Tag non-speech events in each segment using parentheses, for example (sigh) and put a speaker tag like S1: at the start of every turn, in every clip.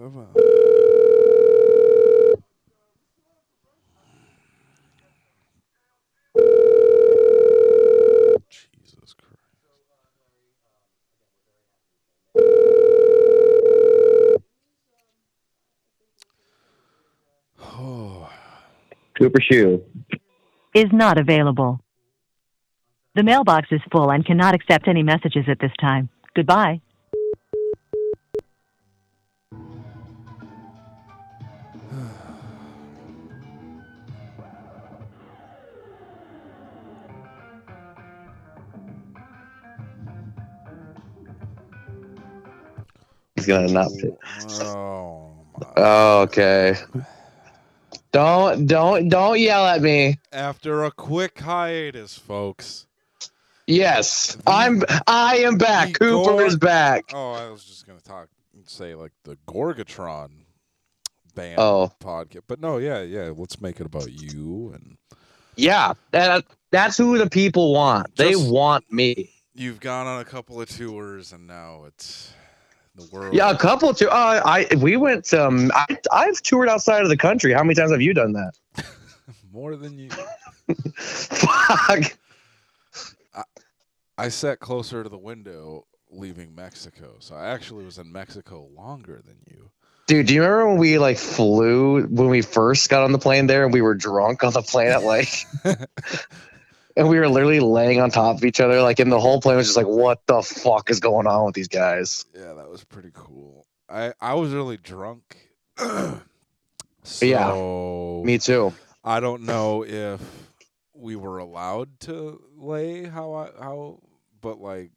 S1: over. Jesus Christ. Oh,
S2: Cooper Shoe.
S3: is not available. The mailbox is full and cannot accept any messages at this time. Goodbye.
S2: He's gonna not pick.
S1: oh my.
S2: (laughs) Okay. Don't don't don't yell at me.
S1: After a quick hiatus, folks.
S2: Yes, I'm. I am back. Cooper is back.
S1: Oh, I was just gonna talk, say like the Gorgatron band
S2: Oh.
S1: podcast, but no, yeah, yeah. Let's make it about you, and
S2: Yeah, that, that's who the people want. They
S1: Just-
S2: want me.
S1: you've gone on a couple of tours, and now it's the world.
S2: Yeah, a couple too. Uh, I we went. Um, I, I've toured outside of the country. How many times have you done that? (laughs)
S1: more than you.
S2: Fuck.
S1: I sat closer to the window leaving Mexico, so I actually was in Mexico longer than you.
S2: Dude, do you remember when we like flew when we first got on the plane there and we were drunk on the plane at like (laughs) and we were literally laying on top of each other like and the whole plane was just like what the fuck is going on with these guys?
S1: Yeah, that was pretty cool. I I was really drunk. (clears throat) so
S2: Yeah. Me too.
S1: I don't know if we were allowed to lay how I how but like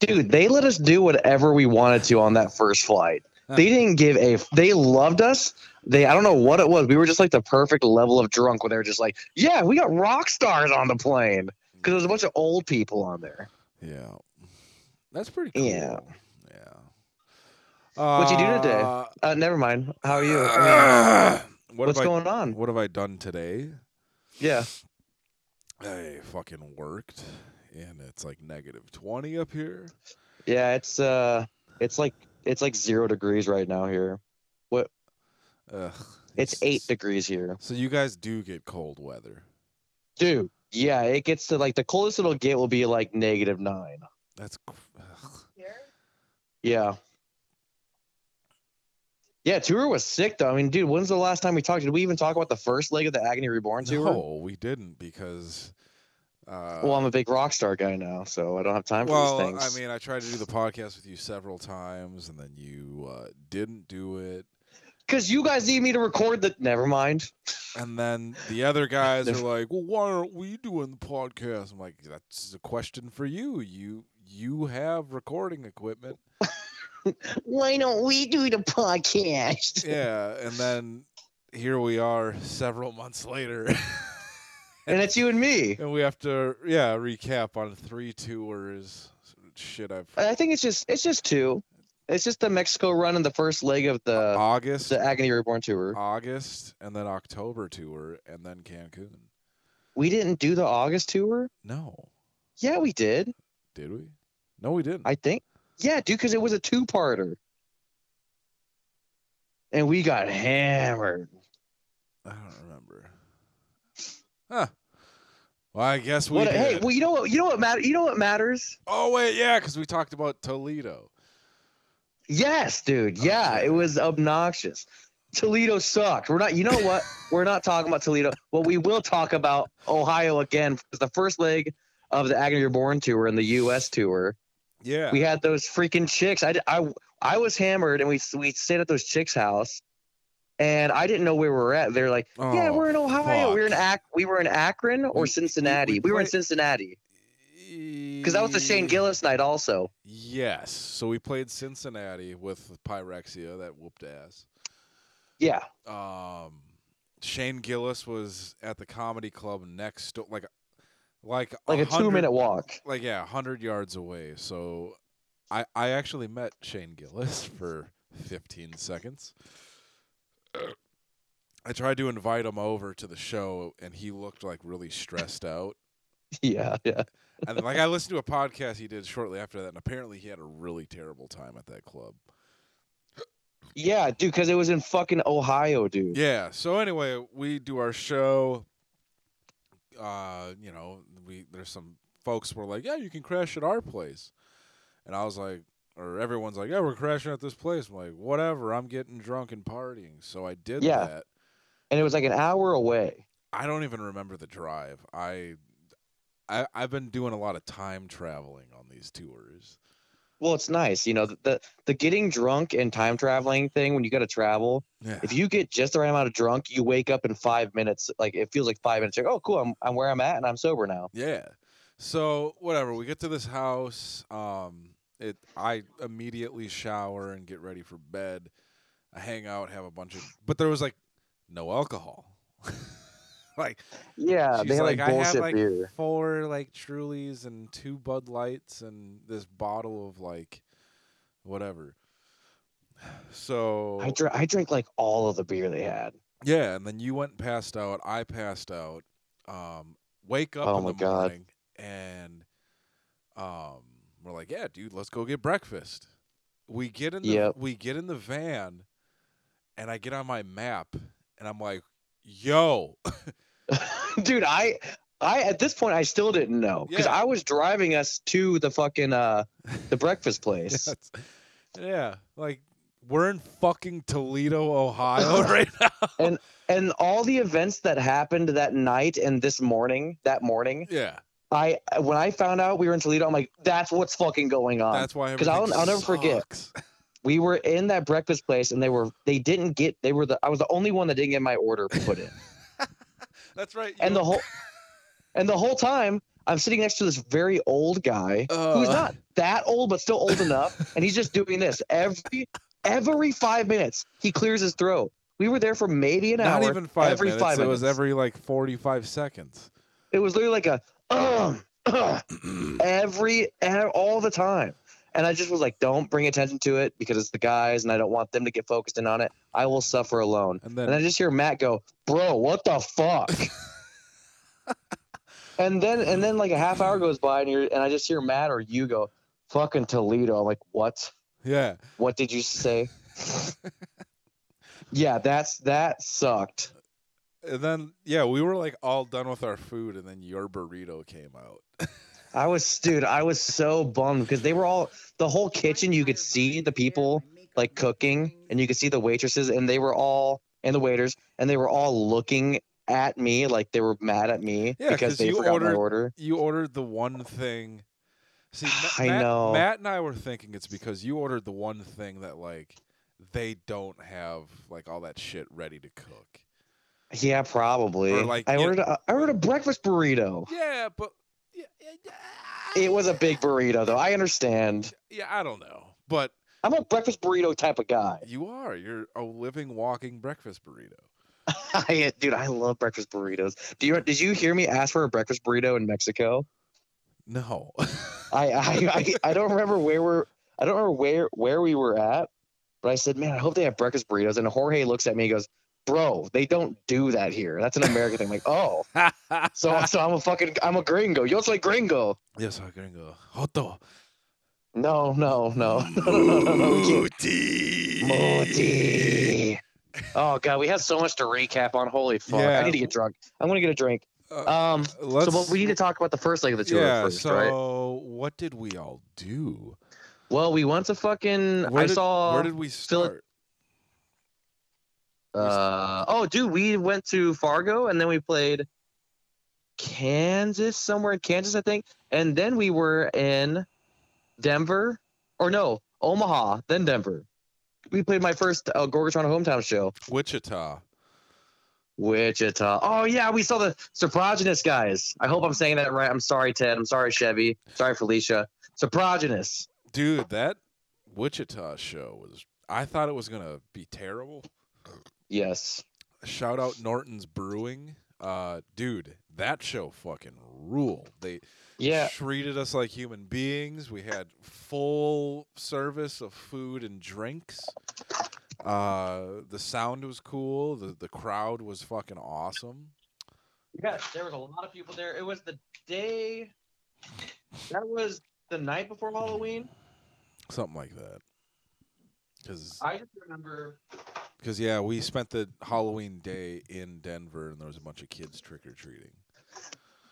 S2: Dude, they let us do whatever we wanted to on that first flight. They didn't give a they loved us. They I don't know what it was. We were just like the perfect level of drunk when they were just like, "Yeah, we got rock stars on the plane." Cuz there was a bunch of old people on there.
S1: yeah. That's pretty cool.
S2: Yeah.
S1: Yeah.
S2: What'd you do today?
S1: Uh,
S2: Uh, never mind. How are you? (sighs)
S1: (clears throat) what
S2: What's
S1: have
S2: going
S1: I,
S2: on?
S1: what have I done today?
S2: Yeah.
S1: I fucking worked and it's like negative 20 up here.
S2: Yeah, it's uh it's like it's like 0 degrees right now here.
S1: Ugh.
S2: It's 8 degrees here.
S1: So you guys do get cold weather.
S2: Dude, yeah, it gets to like the coldest it'll get will be like negative 9.
S1: That's cr- ugh.
S2: Yeah. Yeah, tour was sick though. I mean, dude, when's the last time we talked? Did we even talk about the first leg of the Agony Reborn tour?
S1: No, we didn't because uh
S2: Well, I'm a big rock star guy now, so I don't have time for
S1: well,
S2: these things.
S1: I mean, I tried to do the podcast with you several times, and then you uh, didn't do it.
S2: because you guys need me to record the. Never mind.
S1: And then the other guys are
S2: There's-
S1: like, "Well, why aren't we doing the podcast?" I'm like, "That's a question for you. You you have recording equipment,
S2: Why don't we do the podcast?
S1: yeah." And then here we are, several months later, (laughs)
S2: And it's you and me.
S1: and we have to yeah recap on three tours. Shit, I've
S2: I think it's just it's just two. It's just the Mexico run and the first leg of the
S1: August,
S2: the Agony Reborn
S1: uh,
S2: tour.
S1: August, and then October tour, and then Cancun.
S2: We didn't do the August tour.
S1: No,
S2: Yeah, we did.
S1: Did we? No, we didn't.
S2: I think. Yeah, dude, because it was a two parter. And we got hammered.
S1: I don't remember. Huh. Well, I guess we
S2: What
S1: did.
S2: hey, well you know what you know what matter you know what matters?
S1: oh wait, yeah, because we talked about Toledo.
S2: Yes,
S1: Oh,
S2: dude. Yeah,
S1: Okay.
S2: it was obnoxious. Toledo sucked. We're not you know
S1: (laughs)
S2: what? We're not talking about Toledo. Well, we will talk about Ohio again because the first leg of the Agony Reborn tour and the US tour.
S1: Yeah.
S2: we had those freaking chicks. I, I, I was hammered and we we stayed at those chicks' house, and I didn't know where we were at. They're like, yeah,
S1: Oh,
S2: we're in Ohio. We We're in
S1: fuck.
S2: Ac- we were in Akron or
S1: We-
S2: Cincinnati.
S1: we
S2: We, were in
S1: play- Mm.
S2: Cincinnati because that was the Shane Gillis night also.
S1: Yes. So we played Cincinnati with Pyrexia that whooped ass.
S2: Yeah,
S1: Um, Shane Gillis was at the comedy club next door, like, like
S2: like a
S1: 100
S2: two minute walk. (laughs)
S1: like yeah, hundred yards away. So, I I actually met Shane Gillis (laughs) for fifteen seconds. I tried to invite him over to the show, and he looked like really stressed out.
S2: Yeah, yeah.
S1: And like I listened to a podcast he did shortly after that, and apparently he had a really terrible time at that club.
S2: Yeah, dude, because it was in fucking Ohio, dude.
S1: Yeah. So anyway, we do our show. Uh, you know, we there's some folks were like, yeah, you can crash at our place, and I was like, or everyone's like, yeah, we're crashing at this place. I'm like, whatever. I'm getting drunk and partying, so I did
S2: Yeah.
S1: that.
S2: And it was like an hour away.
S1: I don't even remember the drive. I, I I've been doing a lot of time traveling on these tours.
S2: Well, it's nice, you know, the the, the getting drunk and time traveling thing when you got to travel.
S1: Yeah.
S2: If you get just the right amount of drunk, you wake up in five minutes. Like it feels like five minutes. You're Like, oh, cool, I'm I'm where I'm at and I'm sober now.
S1: Yeah. So whatever, we get to this house. Um, it I immediately shower and get ready for bed. I hang out, have a bunch of, but there was like no alcohol. (laughs) like
S2: Yeah,
S1: she's
S2: they had like,
S1: like, I
S2: bullshit
S1: had like
S2: beer.
S1: four like Trulies and two Bud Lights and this bottle of like whatever. (sighs) So
S2: I drank I drank like all of the beer they had. (laughs)
S1: yeah, and then you went and passed out. I passed out. Um, wake up
S2: Oh
S1: in
S2: my
S1: the
S2: God.
S1: morning and um, we're like, yeah, dude, let's go get breakfast. We get in the
S2: Yep.
S1: we get in the van, and I get on my map, and I'm like,
S2: (laughs)
S1: yo, (laughs)
S2: dude i i at this point i still didn't know because
S1: Yeah.
S2: i was driving us to the fucking uh the
S1: (laughs)
S2: breakfast place
S1: Yes. yeah, like we're in fucking Toledo, Ohio, (laughs) right now.
S2: and all the events that happened that night and this morning that morning
S1: Yeah,
S2: i when i found out we were in toledo i'm like that's what's fucking going on
S1: that's why.
S2: Uh, 'cause I'll-
S1: everything
S2: I'll never forget.
S1: sucks. (laughs)
S2: we were in that breakfast place and they were they didn't get they were the i was the only one that didn't get my order put in
S1: That's right.
S2: and
S1: you- (laughs)
S2: the whole and the whole time i'm sitting next to this very old guy who's
S1: Uh.
S2: not that old but still old enough and he's just doing this every every five minutes he clears his throat we were there for maybe an
S1: not
S2: hour
S1: even five
S2: every
S1: minutes.
S2: five
S1: it was
S2: minutes.
S1: every like forty-five seconds.
S2: it was literally like a um, um, every e- all the time and i just was like don't bring attention to it because it's the guys and i don't want them to get focused in on it i will suffer alone
S1: And then
S2: and I just hear Matt go, "Bro, what the fuck?" and then and then like a half hour goes by, and you're, and I just hear Matt or you go, "Fucking Toledo." I'm like, "What?
S1: yeah,
S2: What did you say?" yeah, that's that sucked.
S1: and then yeah, we were like all done with our food, and then your burrito came out.
S2: I was, dude, I was so bummed because they were all the whole kitchen. You could see the people like cooking, and you could see the waitresses, and they were all and the waiters, and they were all looking at me like they were mad at me
S1: Yeah, 'cause
S2: because they
S1: you
S2: forgot my
S1: ordered-
S2: order.
S1: You ordered the one thing. See, Ma-
S2: I
S1: Matt,
S2: know.
S1: Matt and I were thinking it's because you ordered the one thing that like they don't have like all that shit ready to cook.
S2: Yeah, probably.
S1: Or, like,
S2: I
S1: you-
S2: ordered a, I ordered a breakfast burrito.
S1: Yeah, but yeah,
S2: It was a big burrito though. I understand.
S1: yeah. I don't know, but
S2: I'm a breakfast burrito type of guy. (laughs)
S1: you are. You're a living, walking breakfast burrito.
S2: I, dude, I love breakfast burritos. Do you did you hear me ask for a breakfast burrito in Mexico?
S1: No, (laughs)
S2: I I, I, I don't remember where we're I don't remember where where we were at, but I said, "Man, I hope they have breakfast burritos." And Jorge looks at me and goes, "Bro, they don't do that here. That's an American thing." I'm like,
S1: (laughs)
S2: "Oh." So so I'm a fucking I'm a gringo. Yo soy gringo.
S1: yes, I'm gonna go hoto.
S2: No, no, no. (laughs) No, no, no, no, no. We can't. Moti. Oh god, we have so much to recap on. Holy fuck!
S1: Yeah.
S2: I need to get drunk. I'm gonna get a drink.
S1: Uh,
S2: Um,
S1: let's.
S2: so but we need to talk about the first leg of the tour
S1: yeah.
S2: first,
S1: so
S2: right?
S1: what did we all do?
S2: Well, we went to fucking.
S1: Where
S2: I
S1: did,
S2: saw.
S1: Where did we
S2: Phil-
S1: start?
S2: uh, oh, dude, we went to Fargo and then we played Kansas somewhere in Kansas, I think, and then we were in Denver or no Omaha, then Denver. We played my first uh, Gorgatron hometown show.
S1: Wichita.
S2: Wichita. Oh yeah, we saw the Soprogenous guys. I hope I'm saying that right. I'm sorry, Ted. I'm sorry, Chevy. Sorry, Felicia. Soprogenous.
S1: Dude, that Wichita show was. I thought it was gonna be terrible.
S2: Yes.
S1: Shout out Norton's Brewing. Uh, dude, that show fucking ruled. They
S2: Yeah.
S1: treated us like human beings. We had full service of food and drinks. Uh, the sound was cool. The the crowd was fucking awesome.
S2: Yeah. There was a lot of people there. It was the day. That was the night before Halloween.
S1: Something like that. Because
S2: I just remember.
S1: Because yeah, we spent the Halloween day in Denver, and there was a bunch of kids trick or treating.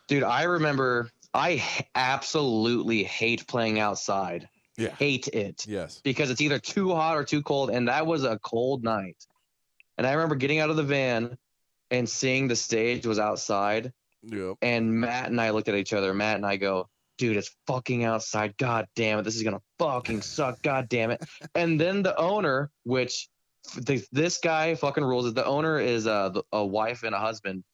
S2: Dude, I remember. I h- absolutely hate playing outside.
S1: Yeah.
S2: Hate it
S1: Yes.
S2: because it's either too hot or too cold, and that was a cold night. And I remember getting out of the van and seeing the stage was outside,
S1: Yep.
S2: and Matt and I looked at each other. Matt and I go, "Dude, it's fucking outside. God damn it, this is gonna fucking suck. God damn it." And then the owner, which the, this guy fucking rules, is the owner is a, a wife and a husband.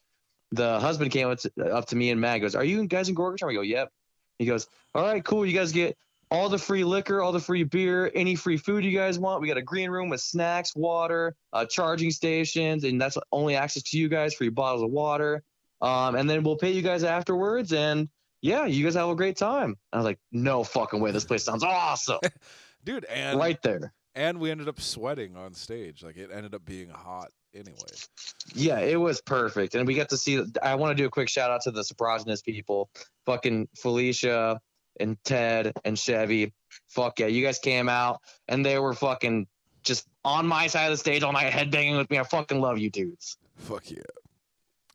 S2: The husband came up to, up to me and Matt and goes, "Are you guys in Gorgaton?" I go, "Yep." He goes, "All right, cool. You guys get all the free liquor, all the free beer, any free food you guys want. We got a green room with snacks, water, uh, charging stations, and that's only access to you guys. Free bottles of water, um, and then we'll pay you guys afterwards. And yeah, you guys have a great time." I was like, "No fucking way. This place
S1: (laughs)
S2: sounds awesome."
S1: Dude, and
S2: right there.
S1: and we ended up sweating on stage. Like it ended up being hot anyway.
S2: Yeah, it was perfect. And we got to see I want to do a quick shout out to the Soprogenous people. Fucking Felicia and Ted and Chevy. Fuck yeah, you guys came out and they were fucking just on my side of the stage all night headbanging with me. I fucking love you dudes.
S1: Fuck yeah.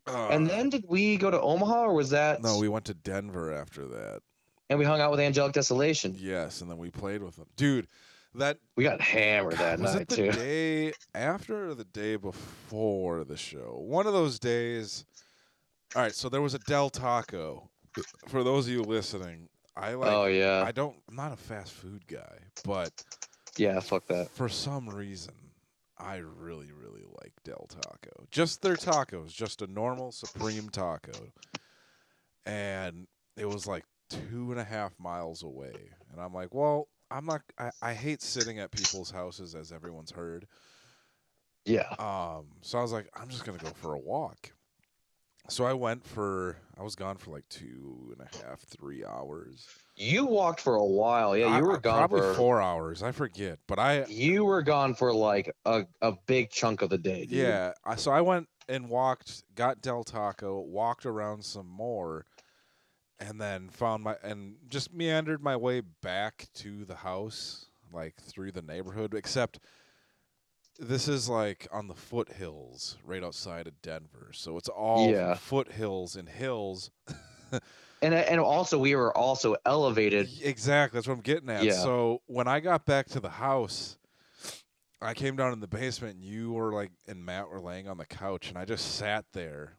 S1: Uh,
S2: and then did we go to Omaha or was that
S1: no, we went to Denver after that.
S2: and we hung out with Angelic Desolation.
S1: Yes, and then we played with them, dude. That
S2: We got hammered that
S1: was
S2: night
S1: it the
S2: too. (laughs)
S1: day after or the day before the show? One of those days. All right, so there was a Del Taco. For those of you listening, I like.
S2: oh yeah.
S1: I don't. I'm not a fast food guy, but
S2: yeah, fuck that.
S1: for some reason, I really, really like Del Taco. Just their tacos, just a normal supreme taco, and it was like two and a half miles away, and I'm like, well, I'm not. I, I hate sitting at people's houses, as everyone's heard.
S2: Yeah.
S1: Um, so I was like, I'm just gonna go for a walk. So I went for I was gone for like two and a half, three hours.
S2: You walked for a while. Yeah,
S1: I-
S2: you were
S1: I-
S2: gone
S1: probably
S2: for
S1: four hours. I forget, but I
S2: you were gone for like a, a big chunk of the day. dude.
S1: yeah. I, so I went and walked, got Del Taco, walked around some more, and then found my and just meandered my way back to the house, like through the neighborhood. Except this is like on the foothills, right outside of Denver. So it's all
S2: Yeah.
S1: foothills and hills.
S2: And and also we were also elevated.
S1: Y- Exactly. That's what I'm getting at.
S2: Yeah.
S1: So when I got back to the house, I came down in the basement and you were like and Matt were laying on the couch and I just sat there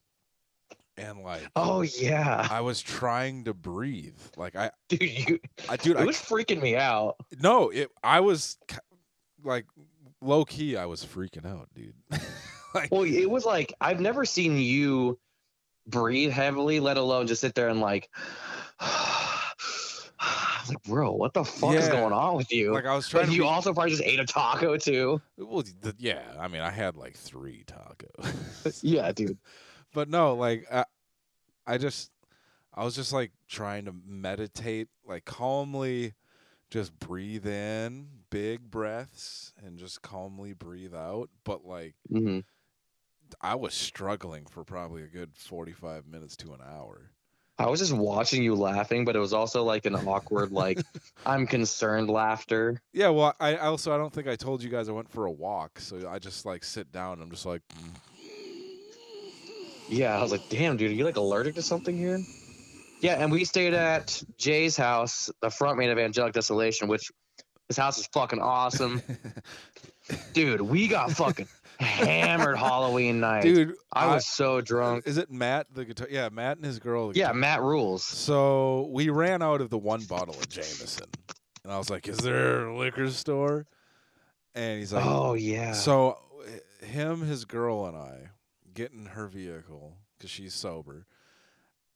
S1: and like
S2: Oh yeah, (laughs)
S1: I was trying to breathe. Like I,
S2: dude, you,
S1: I dude,
S2: it
S1: I
S2: was freaking me out.
S1: no, it I was ki- like low key I was freaking out, dude. (laughs) like
S2: Well, it was like I've never seen you breathe heavily, let alone just sit there and like, (sighs) I was like, bro, what the fuck is
S1: Yeah.
S2: going on with you?
S1: like I was trying
S2: and
S1: to
S2: you
S1: be,
S2: also probably just ate a taco too.
S1: well, th- yeah, I mean I had like 3 tacos.
S2: Yeah, dude.
S1: but no, like I, I just, I was just like trying to meditate, like calmly, just breathe in big breaths and just calmly breathe out. But like
S2: Mhm.
S1: I was struggling for probably a good forty-five minutes to an hour.
S2: I was just watching you laughing, but it was also like an
S1: (laughs)
S2: awkward, like I'm concerned laughter.
S1: Yeah, well, I I also I don't think I told you guys I went for a walk, so I just like sit down. And I'm just like,
S2: Yeah, I was like, damn, dude, are you like allergic to something here? Yeah, and we stayed at Jay's house, the frontman of Angelic Desolation, which his house is
S1: (laughs)
S2: fucking awesome. dude, we got fucking hammered Halloween night.
S1: dude,
S2: I was so drunk.
S1: Is it Matt the guitar? Yeah, Matt and his girl. the
S2: Yeah, Matt rules.
S1: So we ran out of the one bottle of Jameson, and I was like, "Is there a liquor store?" And he's like,
S2: Oh yeah.
S1: "So h- him, his girl, and I get in her vehicle because she's sober,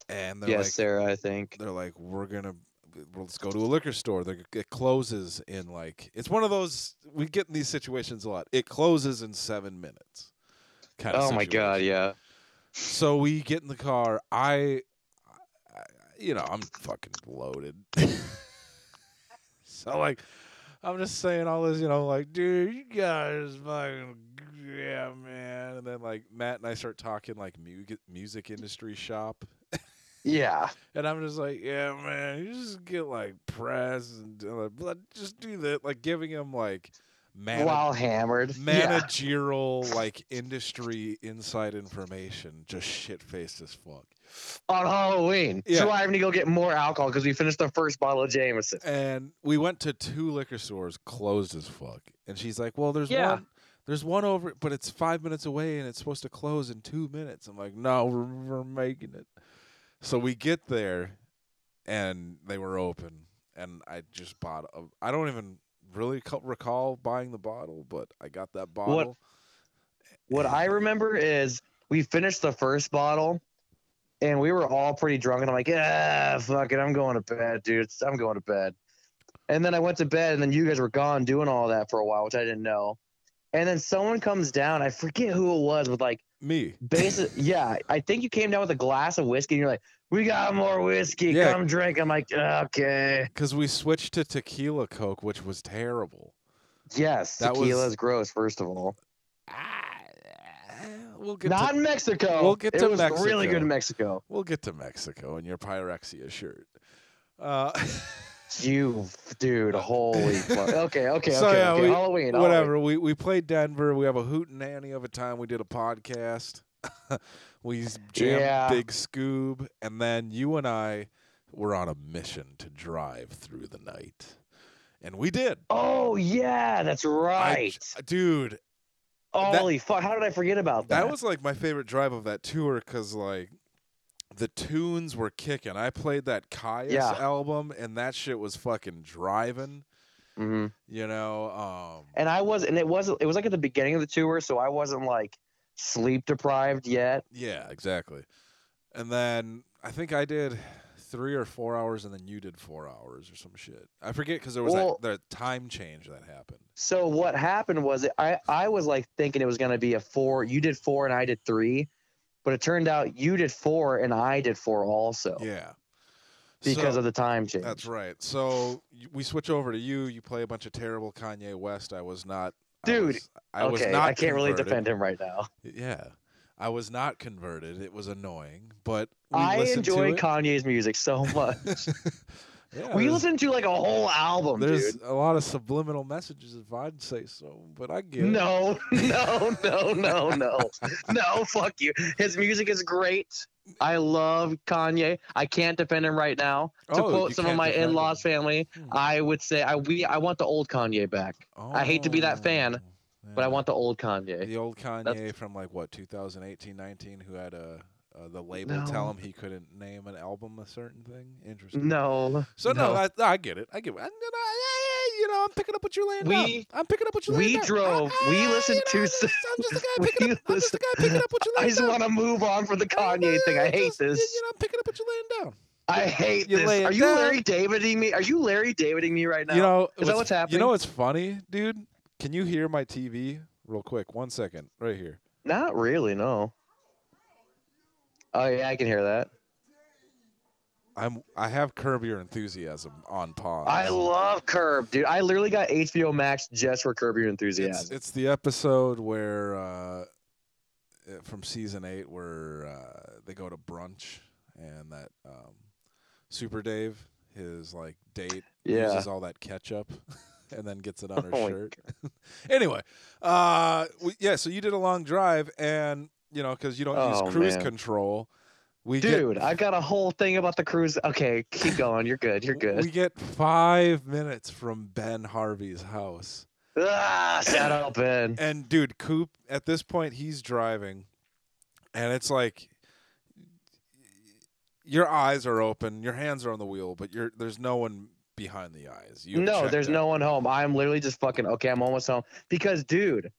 S1: and they're
S2: yeah,
S1: like,
S2: Sarah, I think.
S1: they're like, we're gonna." well, Let's go to a liquor store. They're, it closes in like it's one of those we get in these situations a lot. It closes in seven minutes. Kind
S2: Oh my god, yeah.
S1: so we get in the car. I, I you know, I'm fucking loaded. so like, I'm just saying all this, you know, like, dude, you guys fucking yeah, man. And then like Matt and I start talking like music music industry shop,
S2: Yeah.
S1: and I'm just like, yeah, man, you just get like press and do like, blah, just do that, like giving him like man-
S2: while hammered. Yeah.
S1: managerial like industry inside information, just shit faced as fuck.
S2: on Halloween,
S1: Yeah.
S2: driving to go get more alcohol because we finished the first bottle of Jameson.
S1: And we went to two liquor stores closed as fuck. And she's like, "Well, there's
S2: Yeah.
S1: one, there's one over, but it's five minutes away, and it's supposed to close in two minutes." I'm like, "No, we're, we're making it." So we get there, and they were open, and I just bought. A, I don't even really co- recall buying the bottle, but I got that bottle.
S2: What I remember is we finished the first bottle and we were all pretty drunk. And I'm like, ah, fuck it. I'm going to bed, dude. I'm going to bed. And then I went to bed and then you guys were gone doing all that for a while, which I didn't know. And then someone comes down. I forget who it was with like
S1: (laughs) Me,
S2: basic. (laughs) yeah. I think you came down with a glass of whiskey and you're like, we got more whiskey.
S1: Yeah.
S2: Come drink. I'm like, okay.
S1: because we switched to tequila coke, which was terrible.
S2: Yes.
S1: That was-
S2: Tequila is gross, first of all.
S1: Ah, we'll get
S2: Not
S1: to,
S2: in Mexico.
S1: We'll get
S2: it
S1: to
S2: was really
S1: Mexico.
S2: good in Mexico.
S1: we'll get to Mexico and your pyrexia shirt. Uh,
S2: You,
S1: (laughs)
S2: dude, holy fuck. Okay, okay,
S1: So,
S2: okay,
S1: yeah,
S2: okay.
S1: we-
S2: Halloween,
S1: (laughs)
S2: Halloween.
S1: whatever. We we played Denver. We have a hoot and nanny of a time. We did a podcast. (laughs) we s- jammed
S2: Yeah.
S1: Big Scoob, and then you and I were on a mission to drive through the night, and we did.
S2: Oh yeah, that's
S1: I
S2: right.
S1: j- dude, that-
S2: holy fuck! How did I forget about that?
S1: That was like my favorite drive of that tour because like the tunes were kicking. I played that Caius
S2: Yeah.
S1: album and that shit was fucking driving.
S2: Mhm.
S1: You know, um,
S2: And I was, and it was, it was like at the beginning of the tour, so I wasn't like sleep deprived yet.
S1: yeah, exactly. And then I think I did three or four hours, and then you did four hours or some shit. I forget because there was
S2: Well-
S1: that the time change that happened.
S2: So what happened was, it, I I was like thinking it was gonna be a four. You did four, and I did three, but it turned out you did four, and I did four also
S1: Yeah,
S2: Oh. because
S1: So-
S2: of the time change.
S1: That's right. So y- we switch over to you. You play a bunch of terrible Kanye West. I was not, I
S2: Dude,
S1: was, I was
S2: okay,
S1: not
S2: I can't really
S1: converted.
S2: defend him right now.
S1: Yeah. I was not converted. It was annoying, but we
S2: I
S1: listened to
S2: enjoy
S1: it.
S2: Kanye's music
S1: (laughs)
S2: so much.
S1: Yeah,
S2: we
S1: there's-
S2: listened to like a whole album,
S1: There's
S2: dude.
S1: a lot of subliminal messages, if I'd say so, but I get it.
S2: No, no, no, no, no, no. Fuck you. His music is great. I love Kanye. I can't defend him right now. To
S1: Oh,
S2: quote
S1: you
S2: some of
S1: can't
S2: my
S1: defend him.
S2: in-laws family,
S1: Hmm.
S2: I would say I we I want the old Kanye back, I hate to be that fan,
S1: Oh,
S2: but I
S1: yeah.
S2: want the old Kanye.
S1: the old Kanye from like what 2018, 19, who had a uh, the label tell
S2: No.
S1: him he couldn't name an album a certain thing. Interesting.
S2: No,
S1: So no,
S2: no.
S1: I, I get it. I get it. I- you know, I- I- you know, I'm picking up what you're laying
S2: We-
S1: down. I'm picking up what you're
S2: we
S1: laying down.
S2: drove-
S1: I-
S2: we
S1: I- you
S2: listened
S1: know,
S2: to
S1: I'm
S2: s-
S1: just, I'm
S2: (laughs)
S1: just a guy picking
S2: we
S1: up. I'm just a guy picking
S2: listened-
S1: up what you're
S2: I
S1: laying
S2: just
S1: down.
S2: want to move on from the Kanye thing. I hate
S1: You
S2: this.
S1: know, I'm picking up what you're laying down.
S2: I hate
S1: you lay
S2: this.
S1: it
S2: Are you
S1: down.
S2: Larry Daviding me? Are you Larry Daviding me right now?
S1: You know,
S2: Is that what's
S1: You
S2: happening?
S1: know what's funny, dude? Can you hear my TV real quick? One second, right here.
S2: Not really, no. Oh yeah, I can hear that.
S1: I'm I have Curb Your Enthusiasm on pause.
S2: I love Curb, dude. I literally got HBO Max just for Curb Your
S1: it's,
S2: Enthusiasm.
S1: it's the episode where uh, uh, from season eight where uh, they go to brunch and that um, Super Dave, his like date,
S2: Yeah.
S1: uses all that ketchup (laughs) and then gets it on her
S2: Oh my
S1: shirt. (laughs) anyway, uh, we, yeah, so you did a long drive, and you know because you don't
S2: Oh,
S1: use cruise
S2: man.
S1: control, we
S2: Dude, I got a whole thing about the cruise. Okay, keep going. You're good. You're
S1: get we
S2: good.
S1: get five minutes from Ben Harvey's house.
S2: Ah, shut up, Ben.
S1: And dude, Coop at this point he's driving, and it's like your eyes are open, your hands are on the wheel, but you're there's no one behind the eyes. (laughs) You
S2: No,
S1: checked
S2: there's
S1: out.
S2: no one home. I'm literally just fucking okay. I'm almost home because, dude,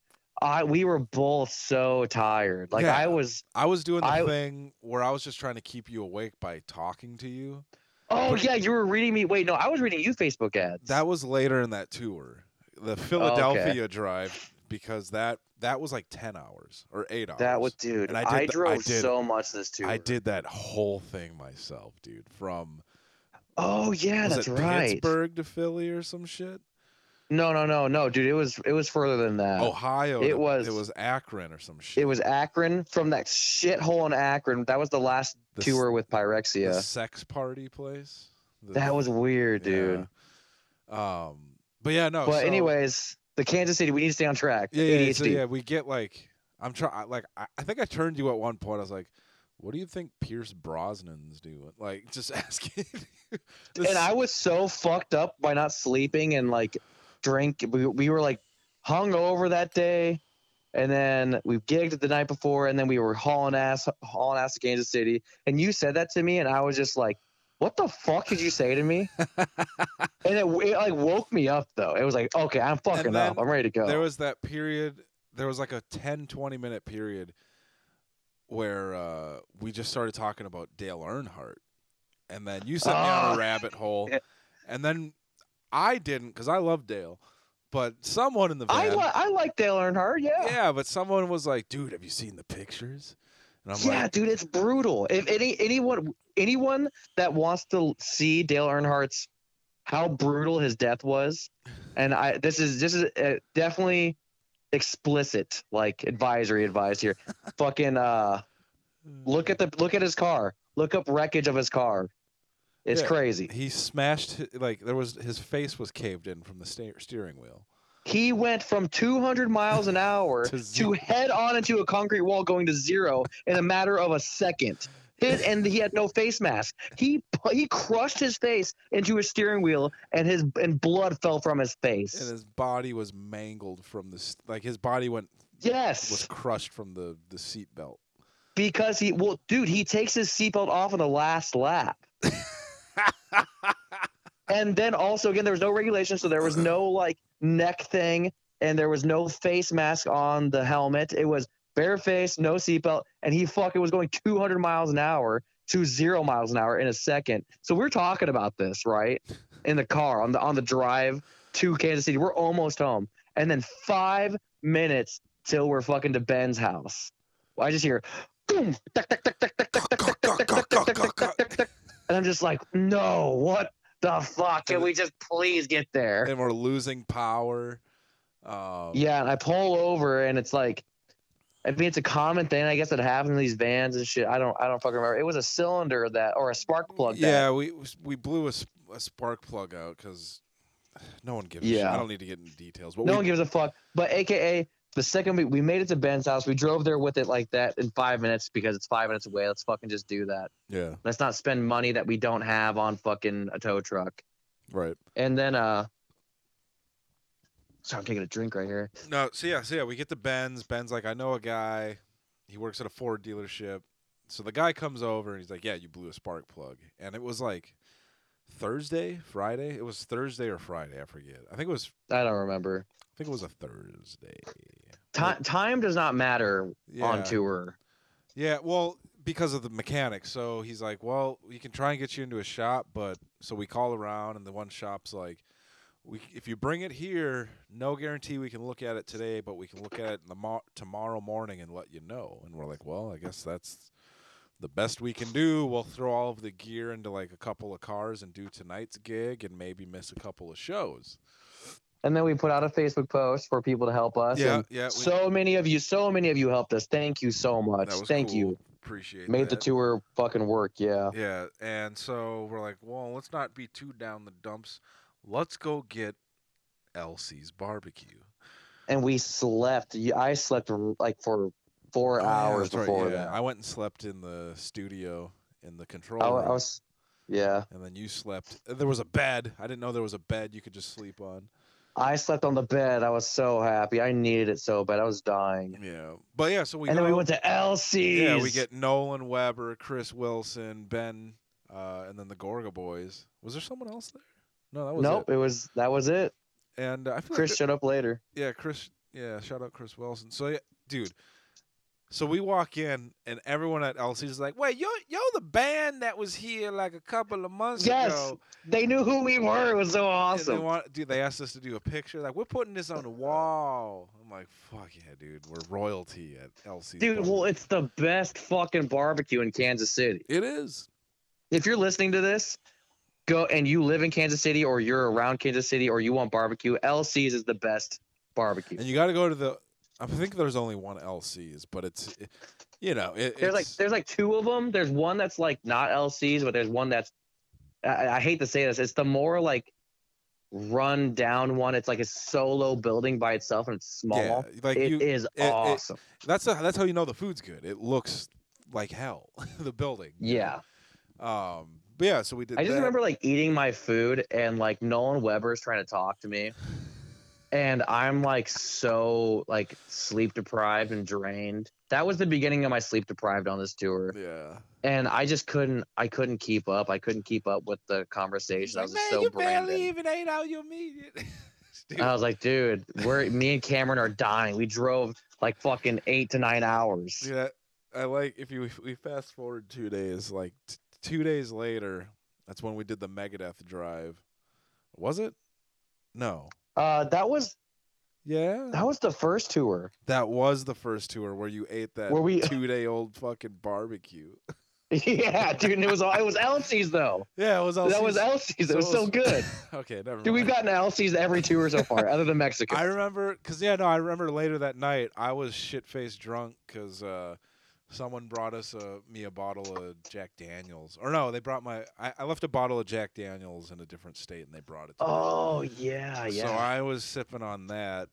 S2: I we were both so tired. Like
S1: Yeah.
S2: I was.
S1: I was doing the
S2: I-
S1: thing where I was just trying to keep you awake by talking to you.
S2: Oh yeah, you were reading me. Wait, no, I was reading you Facebook ads.
S1: That was later in that tour, the Philadelphia drive, because that that was like ten hours or eight hours.
S2: that was, dude.
S1: And I
S2: I,
S1: did th- I
S2: drove
S1: did-
S2: so much this too.
S1: I did that whole thing myself, dude. From
S2: Oh yeah,
S1: was
S2: that's
S1: it
S2: right.
S1: Pittsburgh to Philly or some shit.
S2: No, no, no, no, dude. It was it was further than that.
S1: Oh, Ohio.
S2: Uh, it
S1: to-
S2: was-
S1: It was Akron or some shit.
S2: It was Akron from that shithole in Akron. That was the last
S1: The s-
S2: tour with
S1: the
S2: Pyrexia.
S1: sex party place. The-
S2: that was weird,
S1: yeah.
S2: dude.
S1: Um, but yeah, no.
S2: but
S1: so-
S2: anyways, the Kansas City. We need to stay on track.
S1: Yeah, yeah,
S2: ADHD.
S1: so, yeah. We get like I'm trying. Like I, I think I turned to you at one point. I was like, "What do you think Pierce Brosnan's doing?" Like just (laughs) asking. This-
S2: and I was so fucked up by not sleeping and like drink. We, we were like hung over that day, and then we gigged the night before, and then we were hauling ass, hauling ass to Kansas City. And you said that to me, and I was just like, "What the fuck did you say to
S1: (laughs)
S2: me?" and it, it like woke me up though. It was like, "Okay, I'm fucking
S1: then
S2: up. I'm ready to go."
S1: there was that period. There was like a 10, 20 minute period where uh, we just started talking about Dale Earnhardt, and then you sent me on
S2: Ah.
S1: a rabbit hole,
S2: (laughs) Yeah.
S1: and then I didn't because I love Dale, but someone in the
S2: I
S1: van-
S2: li- I like Dale Earnhardt. Yeah.
S1: yeah, but someone was like, "Dude, have you seen the pictures?" And I'm
S2: yeah,
S1: like,
S2: dude, it's brutal. If any anyone anyone that wants to see Dale Earnhardt's how brutal his death was, and I this is this is uh, definitely explicit like advisory advice
S1: (laughs)
S2: here. Fucking uh,
S1: "Hmm."
S2: look at the look at his car. Look up wreckage of his car. It's
S1: Yeah.
S2: crazy.
S1: He smashed h- like there was his face was caved in from the sta- steering wheel.
S2: He went from 200 miles an hour
S1: To
S2: to,
S1: zero.
S2: head on into a concrete wall going to zero in a matter of a second. His, and he had no face mask. He pu- he crushed his face into a steering wheel, and his and blood fell from his face.
S1: and his body was mangled from the s- like his body went was
S2: yes,
S1: crushed from the the seat belt.
S2: because he well, dude, he takes his seatbelt off in the last lap. and then also again, there was no regulation, so there was no like neck thing, and there was no face mask on the helmet. It was bare face, no seatbelt, and he fucking was going 200 miles an hour to zero miles an hour in a second. So we're talking about this right in the car on the on the drive to Kansas City. We're almost home, and then five minutes till we're fucking to Ben's house. I just hear boom, tuck, tuck, tuck, tuck, tuck, tuck, tuck, tuck, tuck, tuck, tuck, tuck, tuck, tuck, tuck. and I'm just like, no, what the fuck? Can we just please get there?
S1: and we're losing power. Um,
S2: Yeah, and I pull over, and it's like, I mean, it's a common thing, I guess, that happens in these vans and shit. I don't, I don't fucking remember. It was a cylinder that, or a spark plug. That,
S1: yeah. We we blew a, s- a spark plug out because no one gives. A shit.
S2: Yeah.
S1: I don't need to get into details, but
S2: no
S1: we,
S2: one gives a fuck. But AKA, the second we, we made it to Ben's house, we drove there with it like that in five minutes because it's five minutes away. Let's fucking just do that.
S1: yeah,
S2: Let's not spend money that we don't have on fucking a tow truck.
S1: right.
S2: And then, uh, sorry, I'm taking a drink right here.
S1: No, so yeah, so yeah, we get to Ben's. Ben's like, I know a guy. He works at a Ford dealership. So the guy comes over and he's like, Yeah, you blew a spark plug. And it was like Thursday, Friday. It was Thursday or Friday, I forget. I think it was I
S2: I don't remember.
S1: think it was a Thursday.
S2: Time, time does not matter
S1: Yeah.
S2: on tour.
S1: Yeah, well, because of the mechanic. So he's like, well, we can try and get you into a shop, but so we call around, and the one shop's like, we if you bring it here, no guarantee we can look at it today, but we can look at it in the mo- tomorrow morning and let you know. And we're like, well, I guess that's the best we can do. We'll throw all of the gear into like a couple of cars and do tonight's gig, and maybe miss a couple of shows.
S2: And then we put out a Facebook post for people to help us.
S1: yeah,
S2: and
S1: yeah. we-
S2: so many of you, so many of you helped us. Thank you so much.
S1: that was
S2: Thank
S1: cool.
S2: you.
S1: Appreciate
S2: Made the
S1: that.
S2: tour fucking work. Yeah.
S1: Yeah, and so we're like, well, let's not be too down the dumps. Let's go get Elsie's barbecue.
S2: And we slept. You- I slept like for four
S1: Oh, yeah,
S2: hours
S1: that's right,
S2: before
S1: yeah.
S2: that.
S1: I went and slept in the studio in the control
S2: I,
S1: room,
S2: I was, yeah.
S1: and then you slept. There was a bed. I didn't know there was a bed you could just sleep on.
S2: I slept on the bed. I was so happy. I needed it so bad. I was dying.
S1: Yeah, but yeah, so we
S2: and
S1: go,
S2: then we went to Elsie's.
S1: yeah, we get Nolan Weber, Chris Wilson, Ben, uh, and then the Gorga Boys. Was there someone else there? No, that was
S2: Nope. It. was that
S1: (laughs)
S2: was it.
S1: it. And uh, I feel like
S2: Chris showed up later.
S1: Yeah, Chris. Yeah, shout out Chris Wilson. So, yeah, dude. So we walk in, and everyone at LC's is like, "Wait, you're you're the band that was here like a couple of months
S2: Yes,
S1: ago."
S2: They knew who we were. It was so
S1: And
S2: awesome.
S1: They want, dude. They asked us to do a picture. Like, we're putting this on the wall. I'm like, "Fuck yeah, dude. We're royalty at LC's."
S2: Dude,
S1: bar."
S2: well, it's the best fucking barbecue in Kansas City.
S1: it is.
S2: if you're listening to this, go and you live in Kansas City or you're around Kansas City or you want barbecue, LC's is the best barbecue.
S1: And you got to go to the. I think there's only one LC's, but it's, it- you know, it,
S2: there's like
S1: it's-
S2: there's like two of them. There's one that's like not LC's, but there's one that's I, I hate to say this. It's the more like run down one. It's like a solo building by itself and it's small.
S1: Yeah, like
S2: It is
S1: you, it-
S2: awesome.
S1: that's a, that's how you know the food's good. It looks like hell. (laughs) the building.
S2: yeah.
S1: Um. But yeah. So we did.
S2: I just
S1: that.
S2: remember like eating my food and like Nolan Weber's trying to talk to me. And I'm like so like sleep deprived and drained. That was the beginning of my sleep deprived on this tour.
S1: Yeah.
S2: And I just couldn't I couldn't keep up. I couldn't keep up with the conversation. I was just so branded. Uh,
S1: even ate all your meat. (laughs) Dude,
S2: I was like, dude, we're me and Cameron are dying. We drove like fucking eight to nine hours.
S1: dude, I, I like if you if we fast forward two days, like t- two days later, that's when we did the Megadeth drive. Was it? No.
S2: Uh that was
S1: Yeah.
S2: that was the first tour.
S1: That was the first tour where you ate that
S2: Were we- (laughs)
S1: two day old fucking barbecue.
S2: yeah, dude, and it was all it was Elsie's though.
S1: Yeah, it was.
S2: That was
S1: LC's.
S2: Elsie's. It was so
S1: Those-
S2: good.
S1: (laughs) okay, never. mind.
S2: Dude, we've gotten Elsie's every tour so far, other than Mexico.
S1: I remember, cause yeah, no, I remember later that night I was shit faced drunk, cause uh, someone brought us a me a bottle of Jack Daniels, or no, they brought my I, I left a bottle of Jack Daniels in a different state, and they brought it. To me.
S2: oh yeah, yeah.
S1: So I was sipping on that,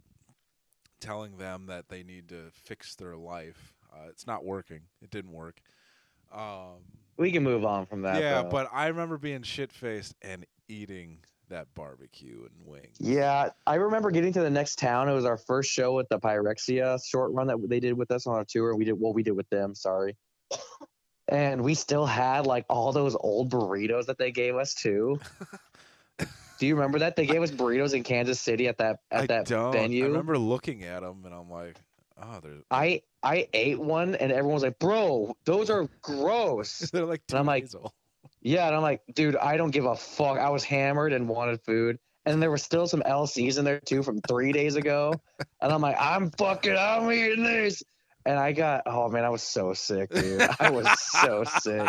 S1: telling them that they need to fix their life. Uh, it's not working. It didn't work. Um,
S2: we can move on from that.
S1: yeah,
S2: though.
S1: but I remember being shit faced and eating that barbecue and wings.
S2: yeah, I remember getting to the next town. It was our first show with the Pyrexia short run that they did with us on our tour. We did what we did with them.
S1: (laughs)
S2: Sorry. And we still had like all those old burritos that they gave
S1: (laughs)
S2: us too. Do you remember that they gave us burritos in Kansas City at that at
S1: I
S2: that
S1: don't.
S2: venue?
S1: I remember looking at them and I'm like, oh, they're (laughs)
S2: I I ate one and everyone was like, "Bro, those are gross."
S1: they're like two
S2: And I'm like-
S1: days old.
S2: yeah, and I'm like, "Dude, I don't give a fuck." I was hammered and wanted food, and there were still some LCs in there too from three
S1: (laughs)
S2: days ago, and I'm like, "I'm fucking, I'm eating this." And I got, oh man, I was so sick, dude. I was so
S1: (laughs)
S2: sick.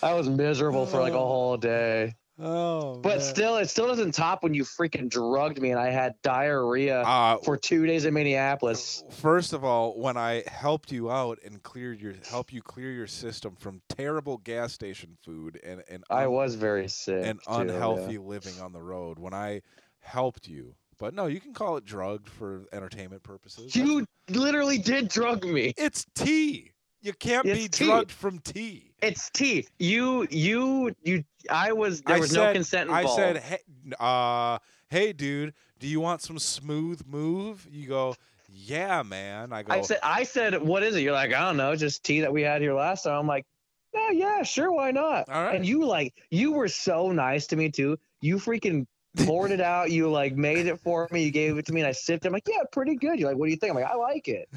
S2: I was miserable for like a whole day.
S1: Oh,
S2: But still, it still doesn't top when you freaking drugged me and I had diarrhea
S1: uh,
S2: for two days in Minneapolis.
S1: first of all, when I helped you out and cleared your help you clear your system from terrible gas station food and and
S2: I
S1: un-
S2: was very sick.
S1: and
S2: too, yeah.
S1: unhealthy living on the road, when I helped you, but no, you can call it drugged for entertainment purposes. That's-
S2: You literally did drug me.
S1: it's tea. You can't
S2: It's
S1: be
S2: tea.
S1: drugged from tea.
S2: It's tea. You, you, you. I was. There
S1: I
S2: was no
S1: said-
S2: consent
S1: I
S2: involved.
S1: said, hey, uh, hey, dude, do you want some smooth move? You go, yeah, man. I go,
S2: I said. I said. What is it? You're like. I don't know. Just tea that we had here last time. I'm like. Oh yeah, sure. Why not?
S1: all right.
S2: And you like. You were so nice to me too.
S1: (laughs)
S2: You freaking poured it out. You like made it for me. You gave it to me, and I sipped. it. I'm like, yeah, pretty good. You're like, what do you think? I'm like, I like
S1: (laughs)
S2: it.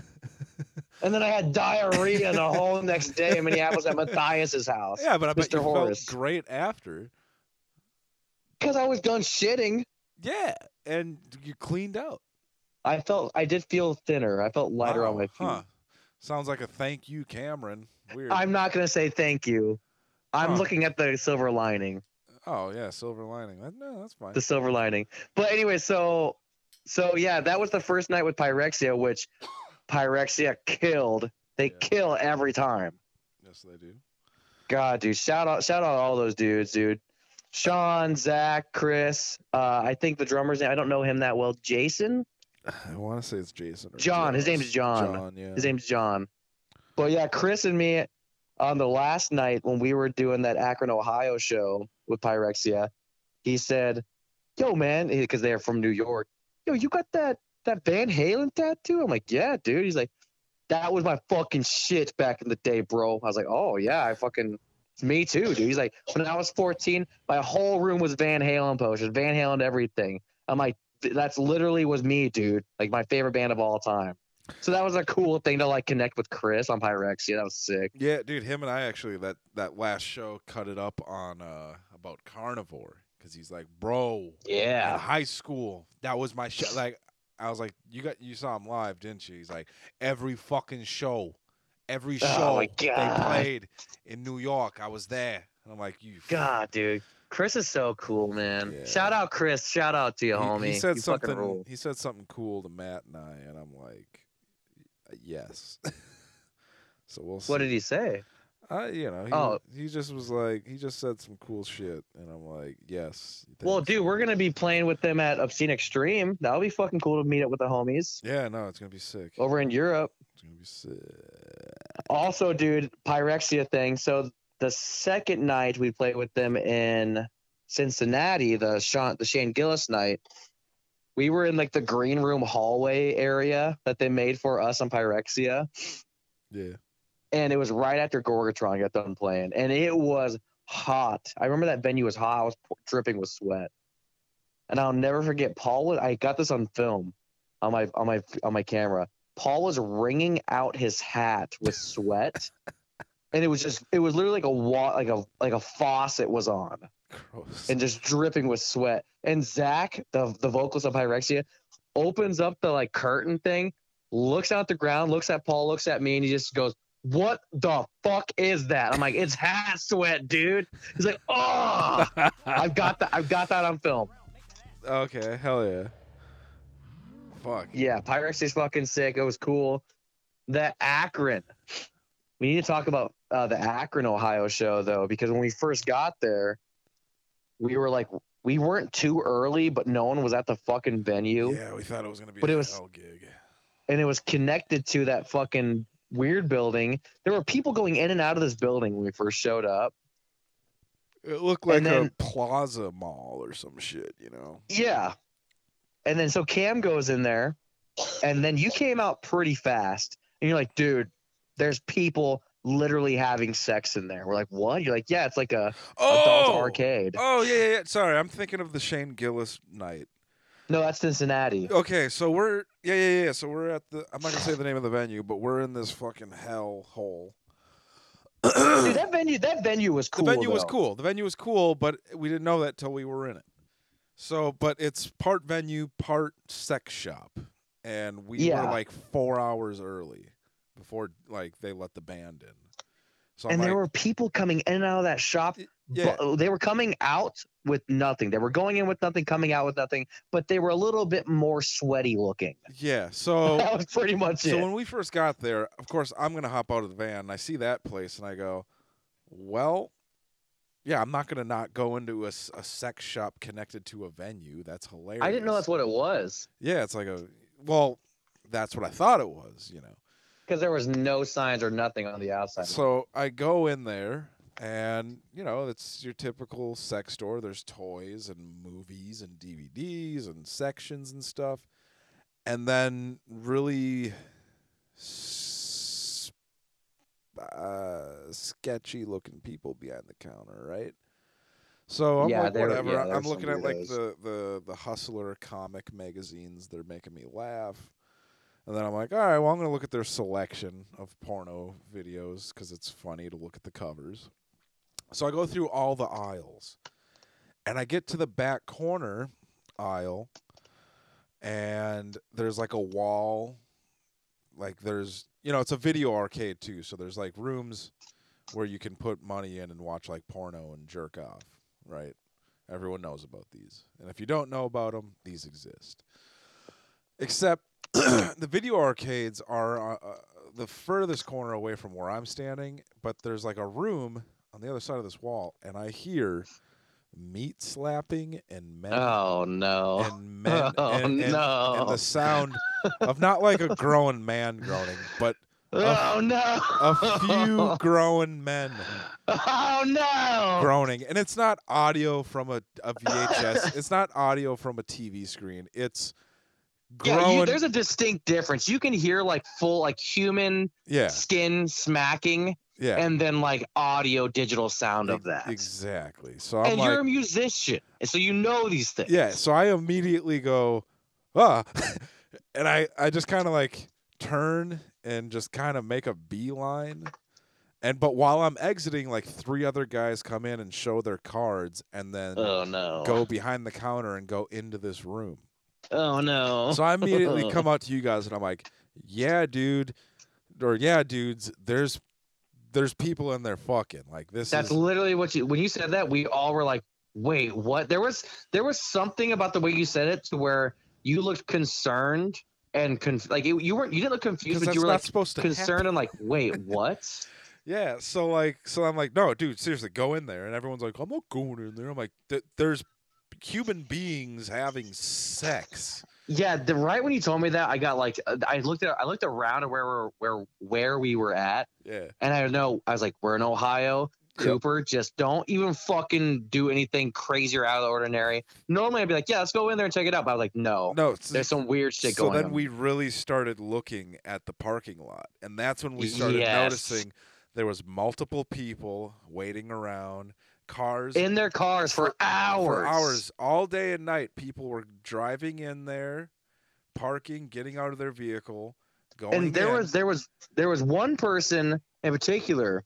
S2: And then I had diarrhea the whole next day in Minneapolis at Matthias's house
S1: (laughs) yeah, but I bet
S2: Mr.
S1: you
S2: Horace.
S1: felt great after.
S2: because I was done shitting.
S1: Yeah, and you cleaned out.
S2: I felt I did feel thinner. I felt lighter on
S1: Wow,
S2: my feet.
S1: Oh, Huh. Sounds like a thank you, Cameron. Weird.
S2: I'm not gonna say thank you. I'm
S1: Huh.
S2: looking at the silver lining.
S1: oh yeah, silver lining. That- no, that's fine.
S2: The silver lining. But anyway, so so yeah, that was the first night with Pyrexia, which Pyrexia killed. They
S1: Yeah.
S2: kill every time.
S1: yes, they do.
S2: God, dude, shout out shout out all those dudes, dude. Sean, Zach, Chris. Uh, I think the drummer's name. I don't know him that well. Jason.
S1: I want to say it's Jason. Or
S2: John, his name's John.
S1: John, yeah.
S2: His name's John. But yeah, Chris and me on the last night when we were doing that Akron, Ohio show with Pyrexia, he said, "Yo, man," because they're from New York. Yo, you got that that Van Halen tattoo? I'm like, "Yeah, dude." He's like, "That was my fucking shit back in the day, bro." I was like, "Oh yeah, I fucking." it's Me too, dude. He's like, when I was 14, my whole room was Van Halen posters, Van Halen everything. I'm like, "Th- that's literally was me, dude. Like my favorite band of all time. So that was a cool thing to like connect with Chris on Pyrexia. That was sick.
S1: Yeah, dude, him and I actually that that last show cut it up on uh about carnivore because he's like, bro, in
S2: Yeah.
S1: high school that was my show. Like, I was like, you got you saw him live, didn't you? He's like, every fucking show, every
S2: Oh
S1: show
S2: my
S1: they
S2: God.
S1: played in New York, I was there, and I'm like, you f-
S2: God, dude. Chris is so cool, man.
S1: Yeah.
S2: Shout out Chris. Shout out to you, homie.
S1: He, he said
S2: you fucking
S1: something.
S2: rule.
S1: He said something cool to Matt and I, and I'm like, yes. uh, (laughs) so we'll see.
S2: What did he say?
S1: I, you know, he,
S2: Oh.
S1: he just was like, he just said some cool shit, and I'm like, yes.
S2: Well,
S1: thanks.
S2: dude, we're gonna be playing with them at Obscene Extreme. That'll be fucking cool to meet up with the homies
S1: Yeah, no, it's gonna be sick.
S2: over in Europe.
S1: It's gonna be sick.
S2: Also, dude, Pyrexia thing. So the second night we played with them in Cincinnati, the Sean, the Shane Gillis night, we were in like the green room hallway area that they made for us on Pyrexia.
S1: Yeah. (laughs)
S2: and it was right after Gorgatron got done playing, and it was hot. I remember that venue was hot. I was p- dripping with sweat, and I'll never forget. Paul, was, I got this on film, on my on my on my camera. Paul was wringing out his hat with sweat, and it was just it was literally like a wa- like a like a faucet was on
S1: Gross.
S2: and just dripping with sweat. And Zach, the the vocals of Pyrexia, opens up the like curtain thing, looks out the ground, looks at Paul, looks at me, and he just goes, "What the fuck is that?" I'm like, "It's hat sweat, dude." He's like, "Oh, I've got that. I've got that on film."
S1: okay, hell yeah. Fuck.
S2: Yeah, Pyrexia's fucking sick. It was cool. The Akron. We need to talk about uh, the Akron, Ohio show though, because when we first got there, we were like, we weren't too early, but no one was at the fucking venue,
S1: Yeah, we thought it was gonna be
S2: But
S1: a
S2: it was-
S1: hell gig.
S2: and it was connected to that fucking weird building. There were people going in and out of this building when we first showed up.
S1: It looked like
S2: And
S1: a
S2: then-
S1: plaza mall or some shit, you know.
S2: Yeah. And then so Cam goes in there, and then you came out pretty fast. And you're like, dude, there's people literally having sex in there. We're like, what? You're like, yeah, it's like a adult arcade.
S1: Oh yeah, yeah, yeah. Sorry, I'm thinking of the Shane Gillis night.
S2: No, that's Cincinnati.
S1: Okay, so we're yeah, yeah, yeah. So we're at the. I'm not gonna say the name of the venue, but we're in this fucking hell hole.
S2: Dude, that venue that venue was cool.
S1: Oh. the venue was
S2: though.
S1: cool. The venue was cool, but we didn't know that till we were in it. So, but it's part venue, part sex shop, and we were
S2: Yeah.
S1: like four hours early before like they let the band in. So
S2: And
S1: I'm
S2: there
S1: like,
S2: were people coming in and out of that shop.
S1: yeah,
S2: But they were coming out with nothing. They were going in with nothing, coming out with nothing, but they were a little bit more sweaty looking.
S1: yeah.
S2: (laughs)
S1: So
S2: that was pretty much
S1: So
S2: it.
S1: when we first got there, of course, I'm gonna hop out of the van and I see that place and I go, well, yeah, I'm not gonna not go into a, s- a sex shop connected to a venue. That's hilarious.
S2: I didn't know that's what it was.
S1: Yeah, it's like a well, that's what I thought it was, you know.
S2: because there was no signs or nothing on the outside.
S1: So I go in there and you know it's your typical sex store. There's toys and movies and DVDs and sections and stuff, and then really s- uh, sketchy looking people behind the counter, right? So I'm
S2: Yeah,
S1: like
S2: there-
S1: whatever.
S2: yeah, there
S1: I'm
S2: were
S1: looking
S2: some
S1: at like
S2: weirdos.
S1: the the the hustler comic magazines. They're making me laugh. And then I'm like, all right, well, I'm going to look at their selection of porno videos because it's funny to look at the covers. So I go through all the aisles and I get to the back corner aisle and there's like a wall. Like there's, you know, it's a video arcade too. So there's like rooms where you can put money in and watch like porno and jerk off, right? Everyone knows about these. And if you don't know about them, these exist. Except (clears throat) the video arcades are uh, uh, the furthest corner away from where I'm standing, but there's like a room on the other side of this wall, and I hear meat slapping and men
S2: oh no!
S1: and men
S2: (laughs) oh
S1: and, and-
S2: no!
S1: and the sound of not like a grown man groaning, but
S2: (laughs) oh no!
S1: a
S2: (laughs)
S1: few grown men
S2: oh no!
S1: groaning. And it's not audio from a, a VHS. It's not audio from a TV screen. It's
S2: yeah, you,
S1: grown.
S2: there's a distinct difference. You can hear like full like human
S1: yeah,
S2: skin smacking,
S1: yeah.
S2: and then like audio digital sound of
S1: Ex-
S2: that.
S1: Exactly. So I'm
S2: And
S1: like,
S2: you're a musician, so you know these things.
S1: yeah. So I immediately go, ah, (laughs) and I I just kind of like turn and just kind of make a beeline, and but while I'm exiting, like three other guys come in and show their cards, and then
S2: Oh no!
S1: go behind the counter and go into this room.
S2: Oh no!
S1: So I
S2: (laughs)
S1: immediately come out to you guys and I'm like, yeah, dude, or yeah, dudes, there's there's people in there fucking like this
S2: That's
S1: is
S2: literally what you when you said that we all were like, wait, what? There was there was something about the way you said it to where you looked concerned and conf- like it, you weren't you didn't look confused,
S1: because that's
S2: but you were
S1: not
S2: like
S1: supposed to happen. (laughs)
S2: concerned and like, wait, what?
S1: Yeah, so like, so I'm like, no, dude, seriously, go in there, and everyone's like, I'm not going in there. I'm like, "Th- there's human beings having sex.
S2: Yeah, the, right when you told me that, I got like uh, I looked at I looked around at where we're where where we were at,
S1: Yeah,
S2: and I don't know I was like, we're in Ohio.
S1: Yep.
S2: Cooper, just don't even fucking do anything crazy or out of the ordinary. Normally, I'd be like, yeah, let's go in there and check it out. But I was like, no,
S1: no, it's,
S2: Oh, there's some weird shit
S1: so
S2: going
S1: then
S2: on.
S1: we really started looking at the parking lot, and that's when we started
S2: Yes.
S1: noticing there was multiple people waiting around, cars
S2: in their cars for hours.
S1: for hours, all day and night. People were driving in there, parking, getting out of their vehicle, going.
S2: and there
S1: in.
S2: was there was there was one person in particular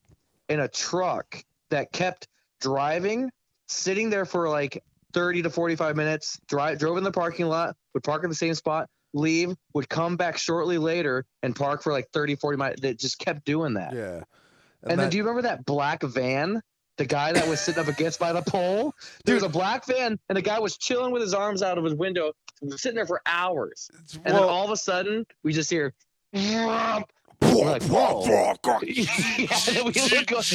S2: in a truck that kept driving sitting there for like 30 to 45 minutes drive drove in the parking lot would park in the same spot leave would come back shortly later and park for like 30 40 minutes that just kept doing that
S1: yeah, and,
S2: and, then
S1: that-
S2: do you remember that black van the guy that was sitting up against by the pole there was a black van and the guy was chilling with his arms out of his window sitting there for hours
S1: it's-
S2: and
S1: well,
S2: then all of a sudden we just hear we're like, (laughs) yeah, then
S1: (laughs)
S2: we look up,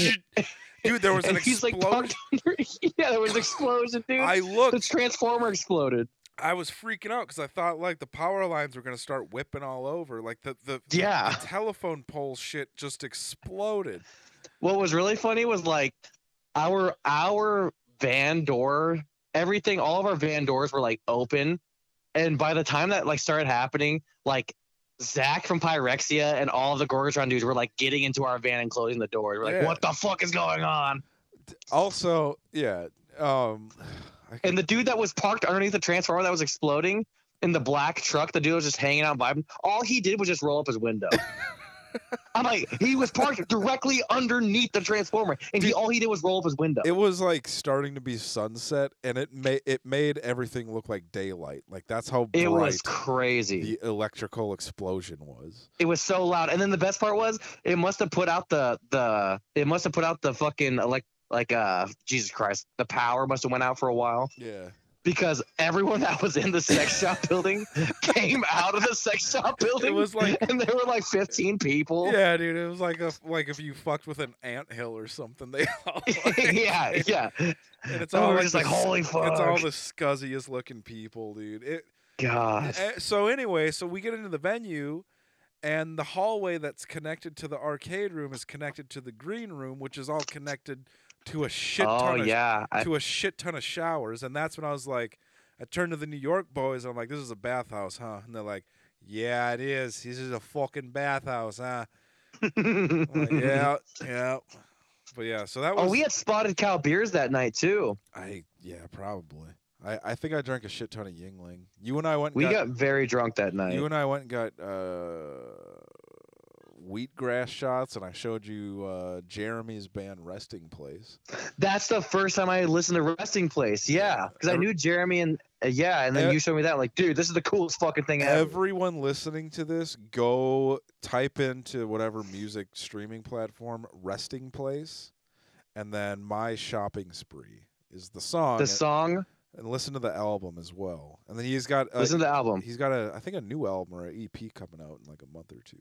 S1: Dude, there was an
S2: and he's like,
S1: explosion.
S2: dunked (laughs) under, yeah, there was an explosion, dude.
S1: I
S2: the
S1: looked.
S2: transformer exploded.
S1: I was freaking out because I thought like the power lines were gonna start whipping all over. Like the the, the-
S2: Yeah.
S1: the telephone pole shit just exploded.
S2: What was really funny was like our our van door, everything, all of our van doors were like open, and by the time that like started happening, like. Zach from Pyrexia and all of the Gorgatron dudes were like getting into our van and closing the doors. We're like,
S1: Yeah.
S2: "What the fuck is going on?"
S1: Also, yeah. Um, I could-
S2: And the dude that was parked underneath the transformer that was exploding in the black truck, the dude was just hanging out vibing. All he did was just roll up his window. I'm like, he was parked directly underneath the transformer, and he all he did was roll up his window.
S1: it was like starting to be sunset, and it made it made everything look like daylight. Like that's how bright
S2: It was crazy.
S1: the electrical explosion was.
S2: It was so loud. And then the best part was, it must have put out the the it must have put out the fucking elect like uh Jesus Christ, the power must have went out for a while
S1: Yeah.
S2: because everyone that was in the sex
S1: (laughs)
S2: shop building came out of the sex shop building.
S1: It was like
S2: and there were like 15 people.
S1: yeah, dude. It was like a like if you fucked with an ant hill or something. (laughs) They all like-
S2: (laughs) yeah, yeah.
S1: And it's
S2: And
S1: all
S2: we're
S1: like
S2: just
S1: the
S2: like,
S1: s-
S2: holy fuck.
S1: It's all the scuzziest looking people, dude. It,
S2: God.
S1: eh, so anyway, so we get into the venue, and the hallway that's connected to the arcade room is connected to the green room, which is all connected to a shit
S2: Oh,
S1: ton of
S2: yeah. I- (laughs)
S1: to a shit ton of showers. And that's when I was like, I turned to the New York boys, and I'm like, this is a bathhouse, huh? And they're like, yeah, it is. This is a fucking bathhouse, huh? I'm
S2: (laughs)
S1: like, Oh, yeah, yeah. But yeah, so that was.
S2: oh, we had spotted cow beers that night, too.
S1: I yeah, probably. I, I think I drank a shit ton of Yingling. You and I went. And
S2: We
S1: got,
S2: got very drunk that night.
S1: You and I went and got uh, wheatgrass shots, and I showed you uh, Jeremy's band Resting Place.
S2: That's the first time I listened to Resting Place. Yeah. Because I
S1: Every-
S2: knew Jeremy and, uh, yeah. And then
S1: Ev-
S2: you showed me that. Like, dude, this is the coolest fucking thing ever.
S1: Everyone listening to this, go type into whatever music streaming platform Resting Place, and then My Shopping Spree is the song.
S2: The
S1: and-
S2: song,
S1: and, listen to the album as well. And then he's got uh, a,
S2: listen to the album.
S1: he's got a I think a new album or an EP coming out in like a month or two.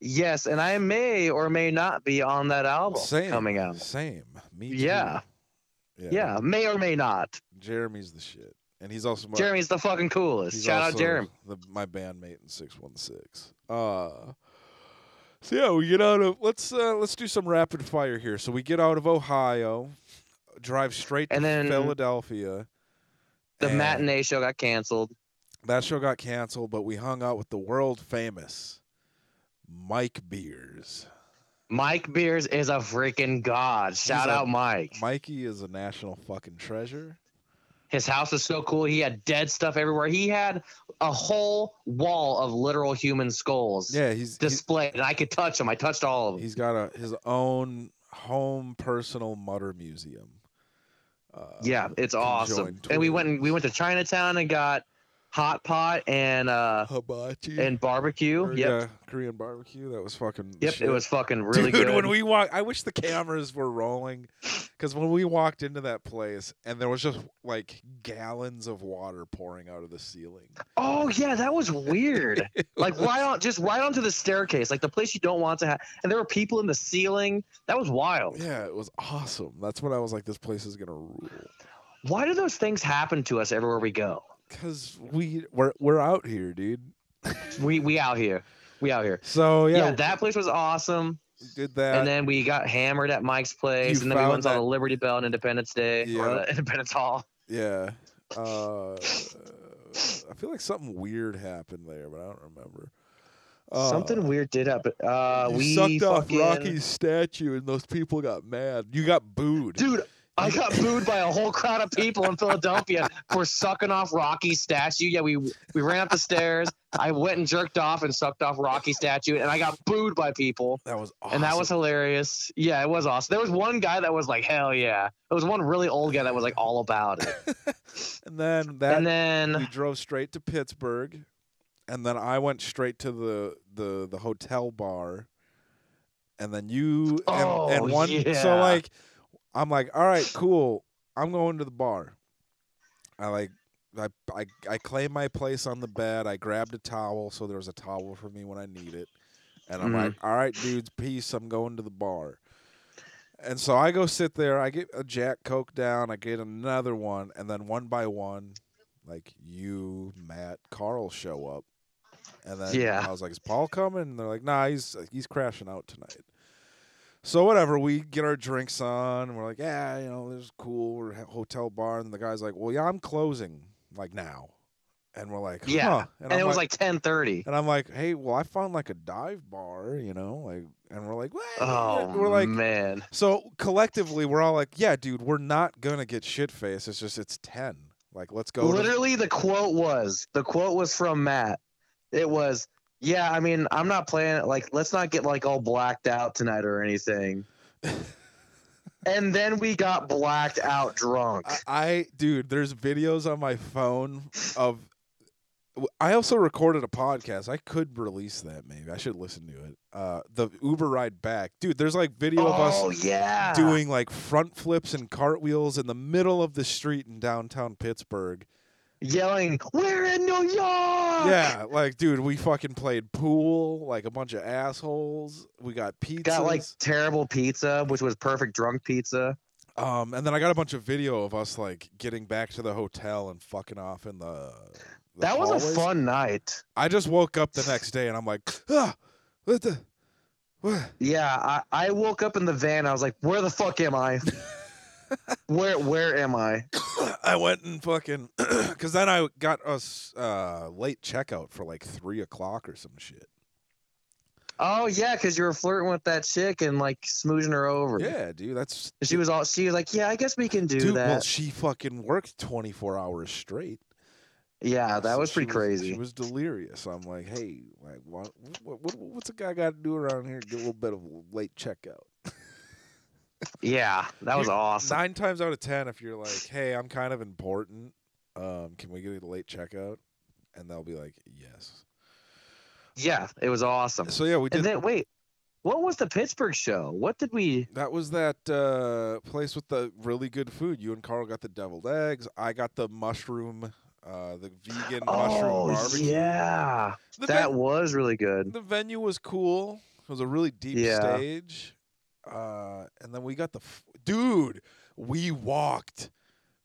S2: Yes. And I may or may not be on that album
S1: Same,
S2: coming out.
S1: Same. Me too.
S2: Yeah.
S1: yeah.
S2: Yeah. May or may not.
S1: Jeremy's the shit. And he's also my
S2: Jeremy's the fucking coolest.
S1: he's
S2: Shout out
S1: also
S2: Jeremy.
S1: The, my bandmate in six one six. Uh so yeah, we get out of let's uh let's do some rapid fire here. So we get out of Ohio, drive straight to
S2: And then-
S1: Philadelphia.
S2: The
S1: and
S2: matinee show got canceled.
S1: That show got canceled, but we hung out with the world famous Mike Beers.
S2: Mike Beers is a freaking god. Shout
S1: a-
S2: out Mike.
S1: Mikey is a national fucking treasure.
S2: His house was so cool. He had dead stuff everywhere. He had a whole wall of literal human skulls
S1: Yeah, he's he's-
S2: displayed, and I could touch them. I touched all of them.
S1: He's got a his own home personal mutter museum. Uh,
S2: yeah, it's awesome.
S1: join
S2: And we
S1: Twitter.
S2: went and we went to Chinatown and got hot pot and uh
S1: hibachi
S2: and barbecue.
S1: Or,
S2: yep.
S1: yeah, Korean barbecue. That was fucking.
S2: Yep,
S1: shit.
S2: it was fucking really
S1: Dude,
S2: good.
S1: when we walked, I wish the cameras were
S2: (laughs)
S1: rolling, because when we walked into that place and there was just like gallons of water pouring out of the ceiling.
S2: oh yeah, that
S1: (laughs)
S2: was weird. like right on, just right onto the staircase, like the place you don't want to have. And there were people in the ceiling. That was wild.
S1: Yeah, it was awesome. That's when I was like, this place is gonna rule.
S2: Why do those things happen to us everywhere we go?
S1: Cause we we're we're out here, dude.
S2: We we out here. We out here.
S1: So
S2: Yeah,
S1: yeah,
S2: that place was awesome.
S1: we did that.
S2: and then we got hammered at Mike's place,
S1: You
S2: and then we
S1: found
S2: went on
S1: that-
S2: the Liberty Bell and Independence Day or
S1: Yep.
S2: the (laughs) Independence Hall.
S1: yeah. Uh, I feel like something weird happened there, but I don't remember. Uh,
S2: Something weird did happen. Uh,
S1: You
S2: we
S1: sucked
S2: fucking...
S1: off Rocky's statue, and those people got mad. You got booed.
S2: Dude, I got booed by a whole crowd of people in Philadelphia for sucking off Rocky's statue. Yeah, we we ran up the stairs. I went and jerked off and sucked off Rocky's statue, and I got booed by people.
S1: that was awesome.
S2: And that was hilarious. Yeah, it was awesome. There was one guy that was like, "Hell yeah!" There was one really old guy that was like all about it.
S1: and then that
S2: and then
S1: we drove straight to Pittsburgh, and then I went straight to the the the hotel bar, and then you and,
S2: Oh,
S1: and one. So
S2: yeah.
S1: like, I'm like, all right, cool. I'm going to the bar. I like. I, I, I claimed my place on the bed. I grabbed a towel, so there was a towel for me when I need it. And I'm
S2: Mhm.
S1: like, all right, dudes, peace. I'm going to the bar. And so I go sit there. I get a Jack Coke down. I get another one. And then one by one, like you, Matt, Carl show up. And then
S2: Yeah.
S1: I was like, is Paul coming? And they're like, nah, he's he's crashing out tonight. So whatever, we get our drinks on, and we're like, yeah, you know, this is cool. We're at a hotel bar, and the guy's like, well, yeah, I'm closing like now, and we're like,
S2: Yeah.
S1: huh.
S2: and, it was like ten thirty.
S1: and I'm like, hey, well, I found like a dive bar, you know, like, and we're like, what?
S2: Oh
S1: we're like,
S2: man,
S1: so collectively, we're all like, yeah, dude, we're not gonna get shit faced. It's just it's ten. Like, let's go. to-
S2: Literally, the quote was the quote was from Matt. It was, yeah. I mean, I'm not playing it. Like, let's not get like all blacked out tonight
S1: (laughs)
S2: or anything. and then we got blacked out drunk.
S1: I, I, dude, there's videos on my phone of. I also recorded a podcast. I could release that. Maybe I should listen to it. Uh, the Uber ride back, dude. There's like video of us
S2: oh yeah,
S1: doing like front flips and cartwheels in the middle of the street in downtown Pittsburgh.
S2: yelling, "We're in New York!"
S1: Yeah, like dude, we fucking played pool like a bunch of assholes. We got pizzas.
S2: Got like terrible pizza, which was perfect drunk pizza.
S1: um, and then I got a bunch of video of us like getting back to the hotel and fucking off in the. the
S2: That was
S1: hallways.
S2: a fun night.
S1: I just woke up the next day and I'm like, ah, what the, what?
S2: Yeah, I, I woke up in the van. I was like, "Where the fuck
S1: (laughs)
S2: am I? where where am I?"
S1: I went and fucking, (clears throat) because then I got us uh, late checkout for like three o'clock or some shit.
S2: Oh yeah, because you were flirting with that chick and like smooching her over.
S1: Yeah, dude, that's
S2: And She was all she was like, yeah, I guess we can do
S1: dude.
S2: that.
S1: Well, she fucking worked twenty four hours straight.
S2: yeah, that
S1: So
S2: was
S1: she
S2: pretty
S1: She
S2: crazy.
S1: was delirious. I'm like, hey, like, what, what, what what's a guy got to do around here? to Get a little bit of late checkout.
S2: yeah, that was
S1: You-
S2: awesome.
S1: Nine times out of ten, if you're like, hey, I'm kind of important, um, can we get a late checkout? And they'll be like, yes.
S2: yeah, it was awesome.
S1: So yeah, we did
S2: And then wait, what was the Pittsburgh show? What did we?
S1: That was that uh, place with the really good food. You and Carl got the deviled eggs. I got the mushroom, uh, the vegan
S2: Oh
S1: mushroom barbecue.
S2: yeah,
S1: the,
S2: that
S1: ven-
S2: was really good.
S1: the venue was cool. It was a really deep
S2: Yeah.
S1: stage. Uh, and then we got the f- dude. We walked,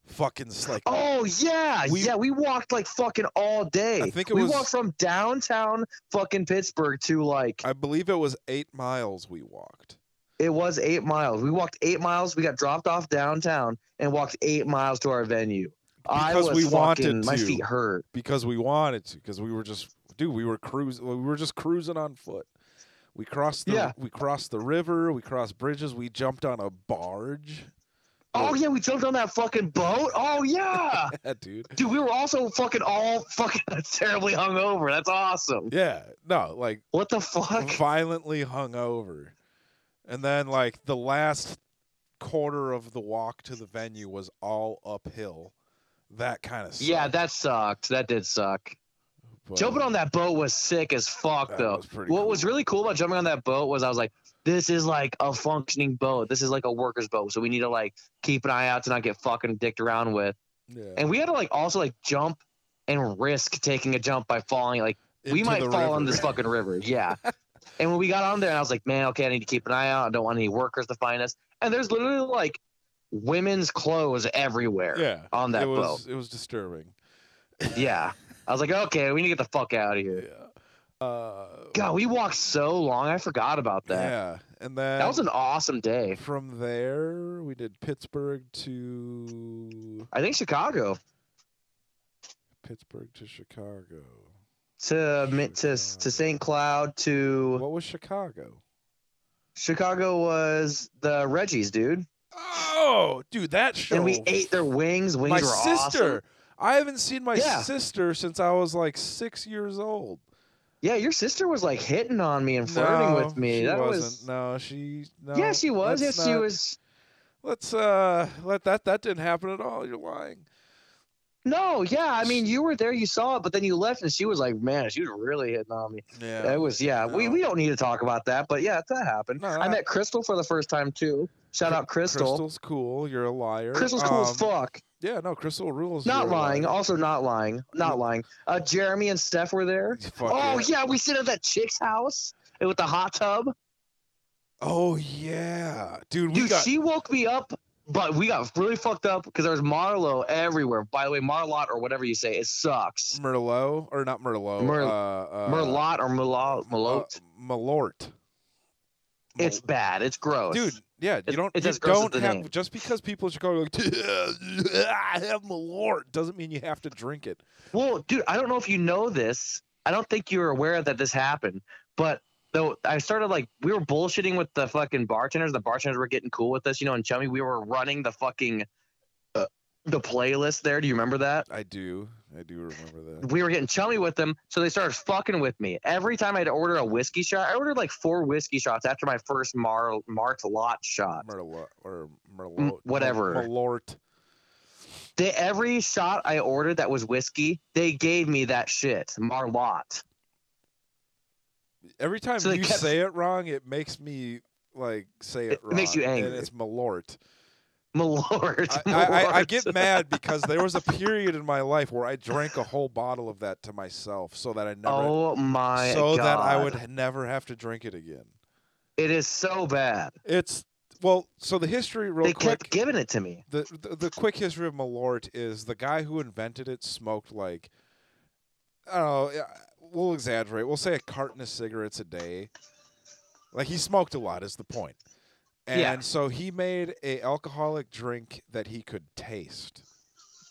S1: fucking s- like
S2: Oh yeah,
S1: We-
S2: yeah. We walked like fucking all day.
S1: I think it
S2: we
S1: was-
S2: walked from downtown fucking Pittsburgh to like
S1: I believe it was eight miles we walked.
S2: It was eight miles. We walked eight miles. We got dropped off downtown and walked eight miles to our venue. I
S1: Because
S2: was
S1: we
S2: fucking,
S1: wanted
S2: My
S1: to.
S2: feet hurt.
S1: because we wanted to because we were just dude we were cruising we were just cruising on foot we crossed the
S2: Yeah.
S1: we crossed the river we crossed bridges we jumped on a barge (laughs)
S2: Oh
S1: Dude.
S2: yeah, we jumped on that fucking boat.
S1: (laughs)
S2: Oh yeah,
S1: yeah dude
S2: dude. We were also fucking all fucking (laughs) terribly hungover. That's awesome.
S1: yeah no
S2: (laughs)
S1: like
S2: What the fuck?
S1: violently hung over and then like the last quarter of the walk to the venue was all uphill That kind of
S2: Yeah, that sucked. That did suck. Jumping on that boat was sick as fuck,
S1: That
S2: though.
S1: was
S2: what
S1: pretty cool.
S2: was really cool about jumping on that boat was I was like, this is like a functioning boat. This is like a worker's boat. So we need to like keep an eye out to not get fucking dicked around with.
S1: yeah.
S2: And we had to like also like jump and risk taking a jump by falling. Like we
S1: Into
S2: might
S1: the
S2: fall in
S1: river. (laughs)
S2: this fucking river. Yeah. and when we got on there, I was like, man, okay, I need to keep an eye out. I don't want any workers to find us. And there's literally like women's clothes everywhere
S1: yeah,
S2: on that
S1: it was
S2: boat.
S1: it was disturbing. (laughs)
S2: Yeah. I was like, okay, we need to get the fuck out of here.
S1: Yeah. Uh,
S2: God, we walked so long. I forgot about that.
S1: Yeah, and then
S2: That was an awesome day.
S1: from there we did Pittsburgh to
S2: I think Chicago
S1: Pittsburgh to Chicago.
S2: to Mi- to to St. Cloud to
S1: What was Chicago?
S2: Chicago was the Reggies, dude.
S1: Oh, dude, that show.
S2: And we ate their wings. Wings
S1: my
S2: were
S1: sister.
S2: awesome.
S1: I haven't seen my
S2: Yeah.
S1: sister since I was like six years old.
S2: Yeah, your sister was like hitting on me and flirting
S1: No,
S2: with me.
S1: She
S2: that
S1: wasn't.
S2: was
S1: no, she. No,
S2: yeah, she was.
S1: let's
S2: Yes, she
S1: not-
S2: was.
S1: Let's uh, let that that didn't happen at all. You're lying.
S2: No, yeah. I mean, you were there, you saw it, but then you left, and she was like, "Man, she was really hitting on me."
S1: Yeah,
S2: It was yeah. We
S1: No.
S2: we don't need to talk about that, but yeah, that happened.
S1: No,
S2: I
S1: I-
S2: met Crystal for the first time too. Shout out Crystal.
S1: Crystal's cool. You're a liar.
S2: Crystal's cool as
S1: Um,
S2: fuck.
S1: Yeah, no, Crystal rules.
S2: Not
S1: You're a liar.
S2: lying. Also not lying. Not lying. Uh, Jeremy and Steph were there.
S1: Fuck
S2: Oh
S1: yeah.
S2: yeah, we sit at that chick's house with the hot tub.
S1: Oh yeah, dude. We
S2: Dude,
S1: got
S2: she woke me up, but we got really fucked up because there was Marlo everywhere. By the way, Marlot or whatever you say, it sucks.
S1: Merlot or not Merlot.
S2: Mer-
S1: uh, uh,
S2: Merlot or Malot,
S1: uh,
S2: Malot.
S1: Malort.
S2: it's bad. It's gross.
S1: Dude, yeah,
S2: It's-
S1: you don't.
S2: it's
S1: you
S2: as gross as
S1: don't
S2: the
S1: have
S2: name.
S1: just because people in Chicago are like, (laughs) I have Malort doesn't mean you have to drink it.
S2: Well, dude, I don't know if you know this. I don't think you were aware that this happened, but though I started like we were bullshitting with the fucking bartenders. The bartenders were getting cool with us, you know. And chummy, we were running the fucking uh, the playlist there. Do you remember that?
S1: I do. I do remember that.
S2: We were getting chummy with them, so they started fucking with me. Every time I'd order a whiskey shot, I ordered like four whiskey shots after my first Mar Mart Lot shot.
S1: Merlot or Merlot.
S2: whatever.
S1: Malort.
S2: They, every shot I ordered that was whiskey, they gave me that shit, Marlot. (laughs)
S1: Every time
S2: So they
S1: you
S2: kept-
S1: say it wrong, it makes me like say it,
S2: It
S1: wrong.
S2: makes you
S1: And
S2: angry.
S1: it's Malort.
S2: Malort.
S1: I,
S2: (laughs)
S1: I, I- I
S2: Malort.
S1: get mad because there was a period in my life where I drank a whole bottle of that to myself so that I never
S2: Oh my
S1: so
S2: god!
S1: that I would h- never have to drink it again.
S2: It is so bad.
S1: It's well, so the history real
S2: they
S1: quick.
S2: kept giving it to me.
S1: the, the the quick history of Malort is the guy who invented it smoked like I don't know. yeah, We'll exaggerate. We'll say a carton of cigarettes a day. Like he smoked a lot is the point. And
S2: Yeah.
S1: so he made a alcoholic drink that he could taste.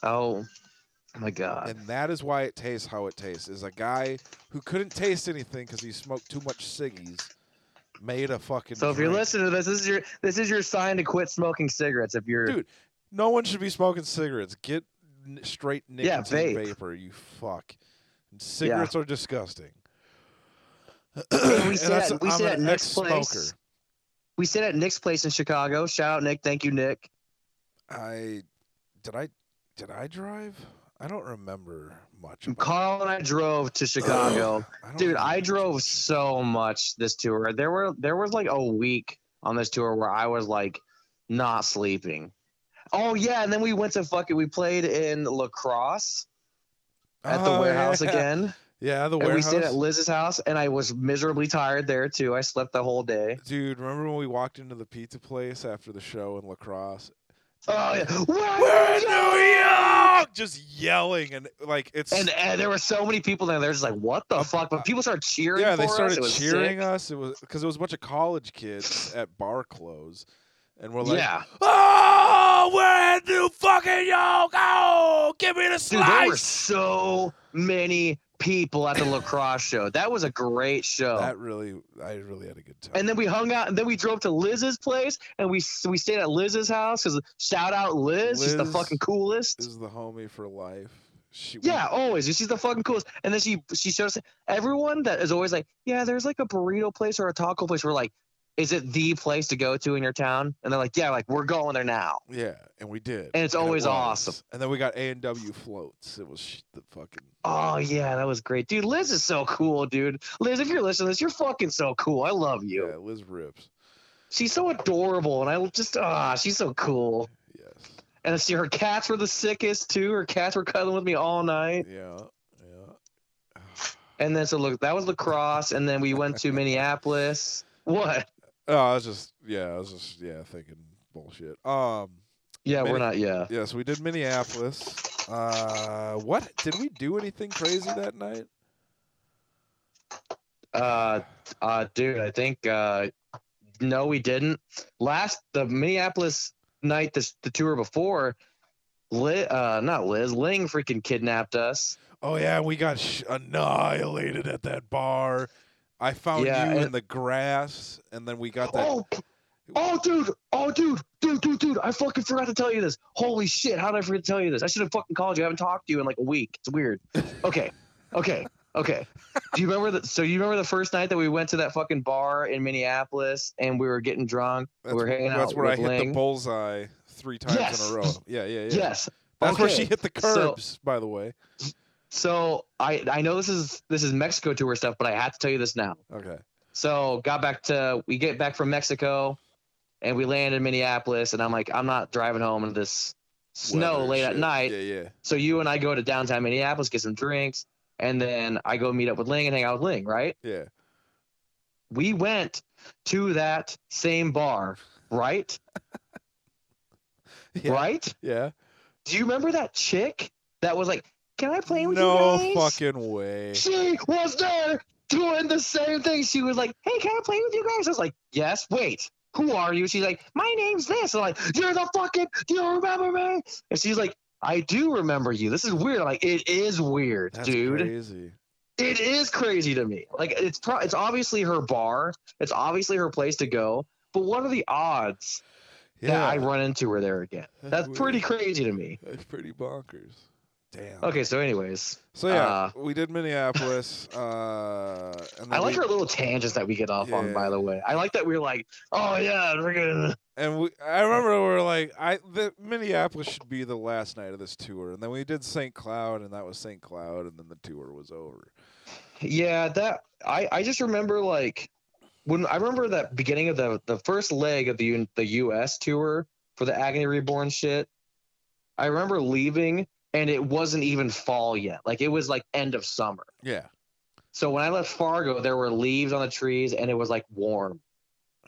S2: Oh my god!
S1: and that is why it tastes how it tastes. Is a guy who couldn't taste anything because he smoked too much ciggies made a fucking.
S2: so if you're
S1: drink.
S2: listening to this, this is your this is your sign to quit smoking cigarettes. If you're
S1: Dude, no one should be smoking cigarettes. Get n- straight
S2: Yeah,
S1: nicotine
S2: vape.
S1: vapor, you fuck. And cigarettes are disgusting.
S2: Hey,
S1: (clears throat)
S2: we
S1: And
S2: sit
S1: that's-
S2: at, we
S1: I'm
S2: sit at
S1: an
S2: Nick's place.
S1: ex-smoker.
S2: We sit at Nick's place in Chicago. Shout out Nick. Thank you, Nick.
S1: I did I did I drive? I don't remember much. About
S2: Carl and I drove to Chicago.
S1: I don't
S2: Dude,
S1: remember
S2: I
S1: much.
S2: drove so much this tour. There were there was like a week on this tour where I was like not sleeping. Oh yeah, and then we went to fucking we played in lacrosse at the
S1: Oh,
S2: warehouse
S1: yeah.
S2: again.
S1: (laughs) Yeah, the
S2: And we
S1: warehouse.
S2: stayed at Liz's house and I was miserably tired there too. I slept the whole day.
S1: Dude, remember when we walked into the pizza place after the show in Lacrosse?
S2: Oh yeah. Where
S1: We're
S2: is
S1: in
S2: it?
S1: New York, just yelling and like it's
S2: And, and there were so many people there. They're just like, "What the fuck?" But people started cheering.
S1: Oh, uh, yeah, they
S2: for us.
S1: started
S2: It was
S1: cheering
S2: sick.
S1: us. It was because it was a bunch of college
S2: (laughs)
S1: kids at bar close, and we're like,
S2: yeah,
S1: "Oh, we're in New fucking York! Oh, give me the
S2: dude, there were
S1: slice!"
S2: so many people at the lacrosse show. That was a great show.
S1: that really, I really had a good time.
S2: And then we hung out, and then we drove to Liz's place, and we we stayed at Liz's house because shout out Liz, she's the
S1: Liz
S2: fucking coolest.
S1: this is the homie for life. She, we-
S2: yeah, always. She's the fucking coolest. And then she she shows everyone that is always like, yeah, there's like a burrito place or a taco place. We're like, is it the place to go to in your town? And they're like, yeah, like we're going there now.
S1: Yeah, and we did.
S2: And it's
S1: it
S2: always
S1: was.
S2: awesome.
S1: And then we got A and W floats. It was sh- the fucking.
S2: Oh yeah, that was great, dude. Liz is so cool, dude. Liz, if you're listening to this, you're fucking so cool. I love you.
S1: Yeah, Liz rips.
S2: She's so adorable, and I just ah, she's so cool.
S1: Yes.
S2: And I see her cats were the sickest too. Her cats were cuddling with me all night.
S1: Yeah. Yeah.
S2: And then so look, that was lacrosse, and then we went to Minneapolis. What?
S1: Oh, I was just yeah, I was just yeah thinking bullshit. Um.
S2: Yeah, we're
S1: Minne-
S2: not. Yeah.
S1: Yes, we did Minneapolis. Uh, what did we do? Anything crazy that night?
S2: Uh, uh, dude, I think uh, no, we didn't. Last the Minneapolis night, this the tour before. Liz, uh, not Liz. Ling freaking kidnapped us.
S1: Oh yeah, we got sh- annihilated at that bar. I found
S2: Yeah,
S1: you
S2: and-
S1: in the grass, and then we got that.
S2: Oh, p- oh, dude, oh, dude, dude, dude, dude. I fucking forgot to tell you this. Holy shit! How did I forget to tell you this? I should have fucking called you. I haven't talked to you in like a week. It's
S1: (laughs)
S2: weird. Okay, okay, okay. Do you remember that? So you remember the first night that we went to that fucking bar in Minneapolis and we were getting drunk.
S1: that's,
S2: we were hanging
S1: that's
S2: out
S1: where I
S2: with
S1: hit
S2: Ling.
S1: the bullseye three times
S2: Yes.
S1: in a row. Yeah, yeah, yeah.
S2: Yes.
S1: That's where
S2: Okay.
S1: she hit the
S2: So-
S1: curbs, by the way.
S2: So I I know this is this is Mexico tour stuff, but I have to tell you this now.
S1: Okay.
S2: So got back to we get back from Mexico, and we land in Minneapolis, and I'm like I'm not driving home in this snow
S1: Weather
S2: late at
S1: shit.
S2: night.
S1: Yeah, yeah.
S2: So you and I go to downtown Minneapolis, get some drinks, and then I go meet up with Ling and hang out with Ling. Right?
S1: Yeah.
S2: We went to that same bar. Right?
S1: (laughs) Yeah.
S2: Right?
S1: Yeah.
S2: Do you remember that chick that was like, "Can I play with
S1: no
S2: you guys?"
S1: fucking way.
S2: she was there doing the same thing. She was like, "Hey, can I play with you guys?" I was like, "Yes." Wait, who are you? She's like, "My name's this." I'm like, "You're the fucking. Do you remember me?" And she's like, "I do remember you. This is weird." I'm like, "It is weird,
S1: That's
S2: dude.
S1: crazy.
S2: It is crazy to me. Like, it's pro- it's obviously her bar. It's obviously her place to go." But what are the odds
S1: Yeah.
S2: that I run into her there again? That's
S1: weird.
S2: pretty crazy to me.
S1: That's pretty bonkers. Damn.
S2: Okay, so anyways,
S1: So yeah,
S2: uh,
S1: we did Minneapolis. (laughs) uh, and then
S2: I like
S1: we,
S2: our little tangents that we get off
S1: Yeah.
S2: on. By the way, I like that we're like, oh yeah, we're gonna
S1: And we, I remember we were like, I the Minneapolis should be the last night of this tour, and then we did St. Cloud, and that was St. Cloud, and then the tour was over.
S2: (laughs) Yeah, that I I just remember like when I remember that beginning of the the first leg of the U- the U.S. tour for the Agony Reborn shit. I remember leaving and it wasn't even fall yet. Like it was like end of summer.
S1: Yeah.
S2: So when I left Fargo, there were leaves on the trees and it was like warm.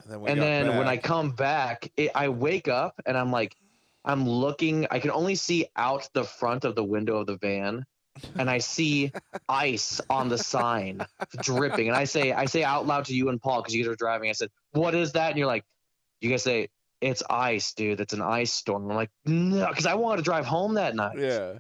S1: And then we
S2: and
S1: got
S2: then when I
S1: back.
S2: come back, it, I wake up and I'm like, I'm looking. I can only see out the front of the window of the van, and
S1: (laughs)
S2: I see ice on the sign dripping. And I say, I say out loud to you and Paul because you guys are driving. I said, "What is that?" And you're like, "You guys say it's ice, dude. It's an ice storm." I'm like, "No," because I wanted to drive home that night,
S1: yeah,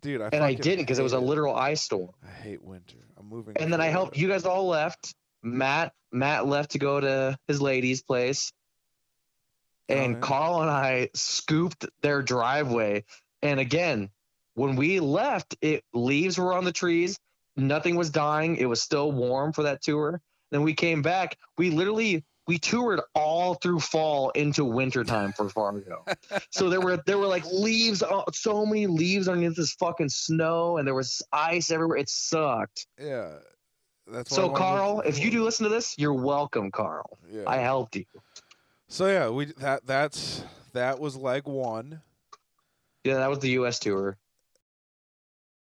S1: dude, I
S2: and I
S1: fucking
S2: didn't because it was a
S1: hate
S2: literal ice storm.
S1: I hate winter. I'm moving.
S2: And then I
S1: to
S2: helped you guys all left. Matt Matt left to go to his lady's place. And
S1: Alright.
S2: Carl and I scooped their driveway. And again, when we left, it leaves were on the trees. Nothing was dying. It was still warm for that tour. Then we came back. We literally we toured all through fall into wintertime for Fargo. so there were there were like leaves, uh, so many leaves underneath this fucking snow, and there was ice everywhere. It sucked.
S1: Yeah, that's why I
S2: So
S1: wanted to-
S2: Carl, Mm-hmm. if you do listen to this, you're welcome, Carl.
S1: Yeah.
S2: I helped you.
S1: so yeah, we that that's that was leg one.
S2: Yeah, that was the U.S. tour.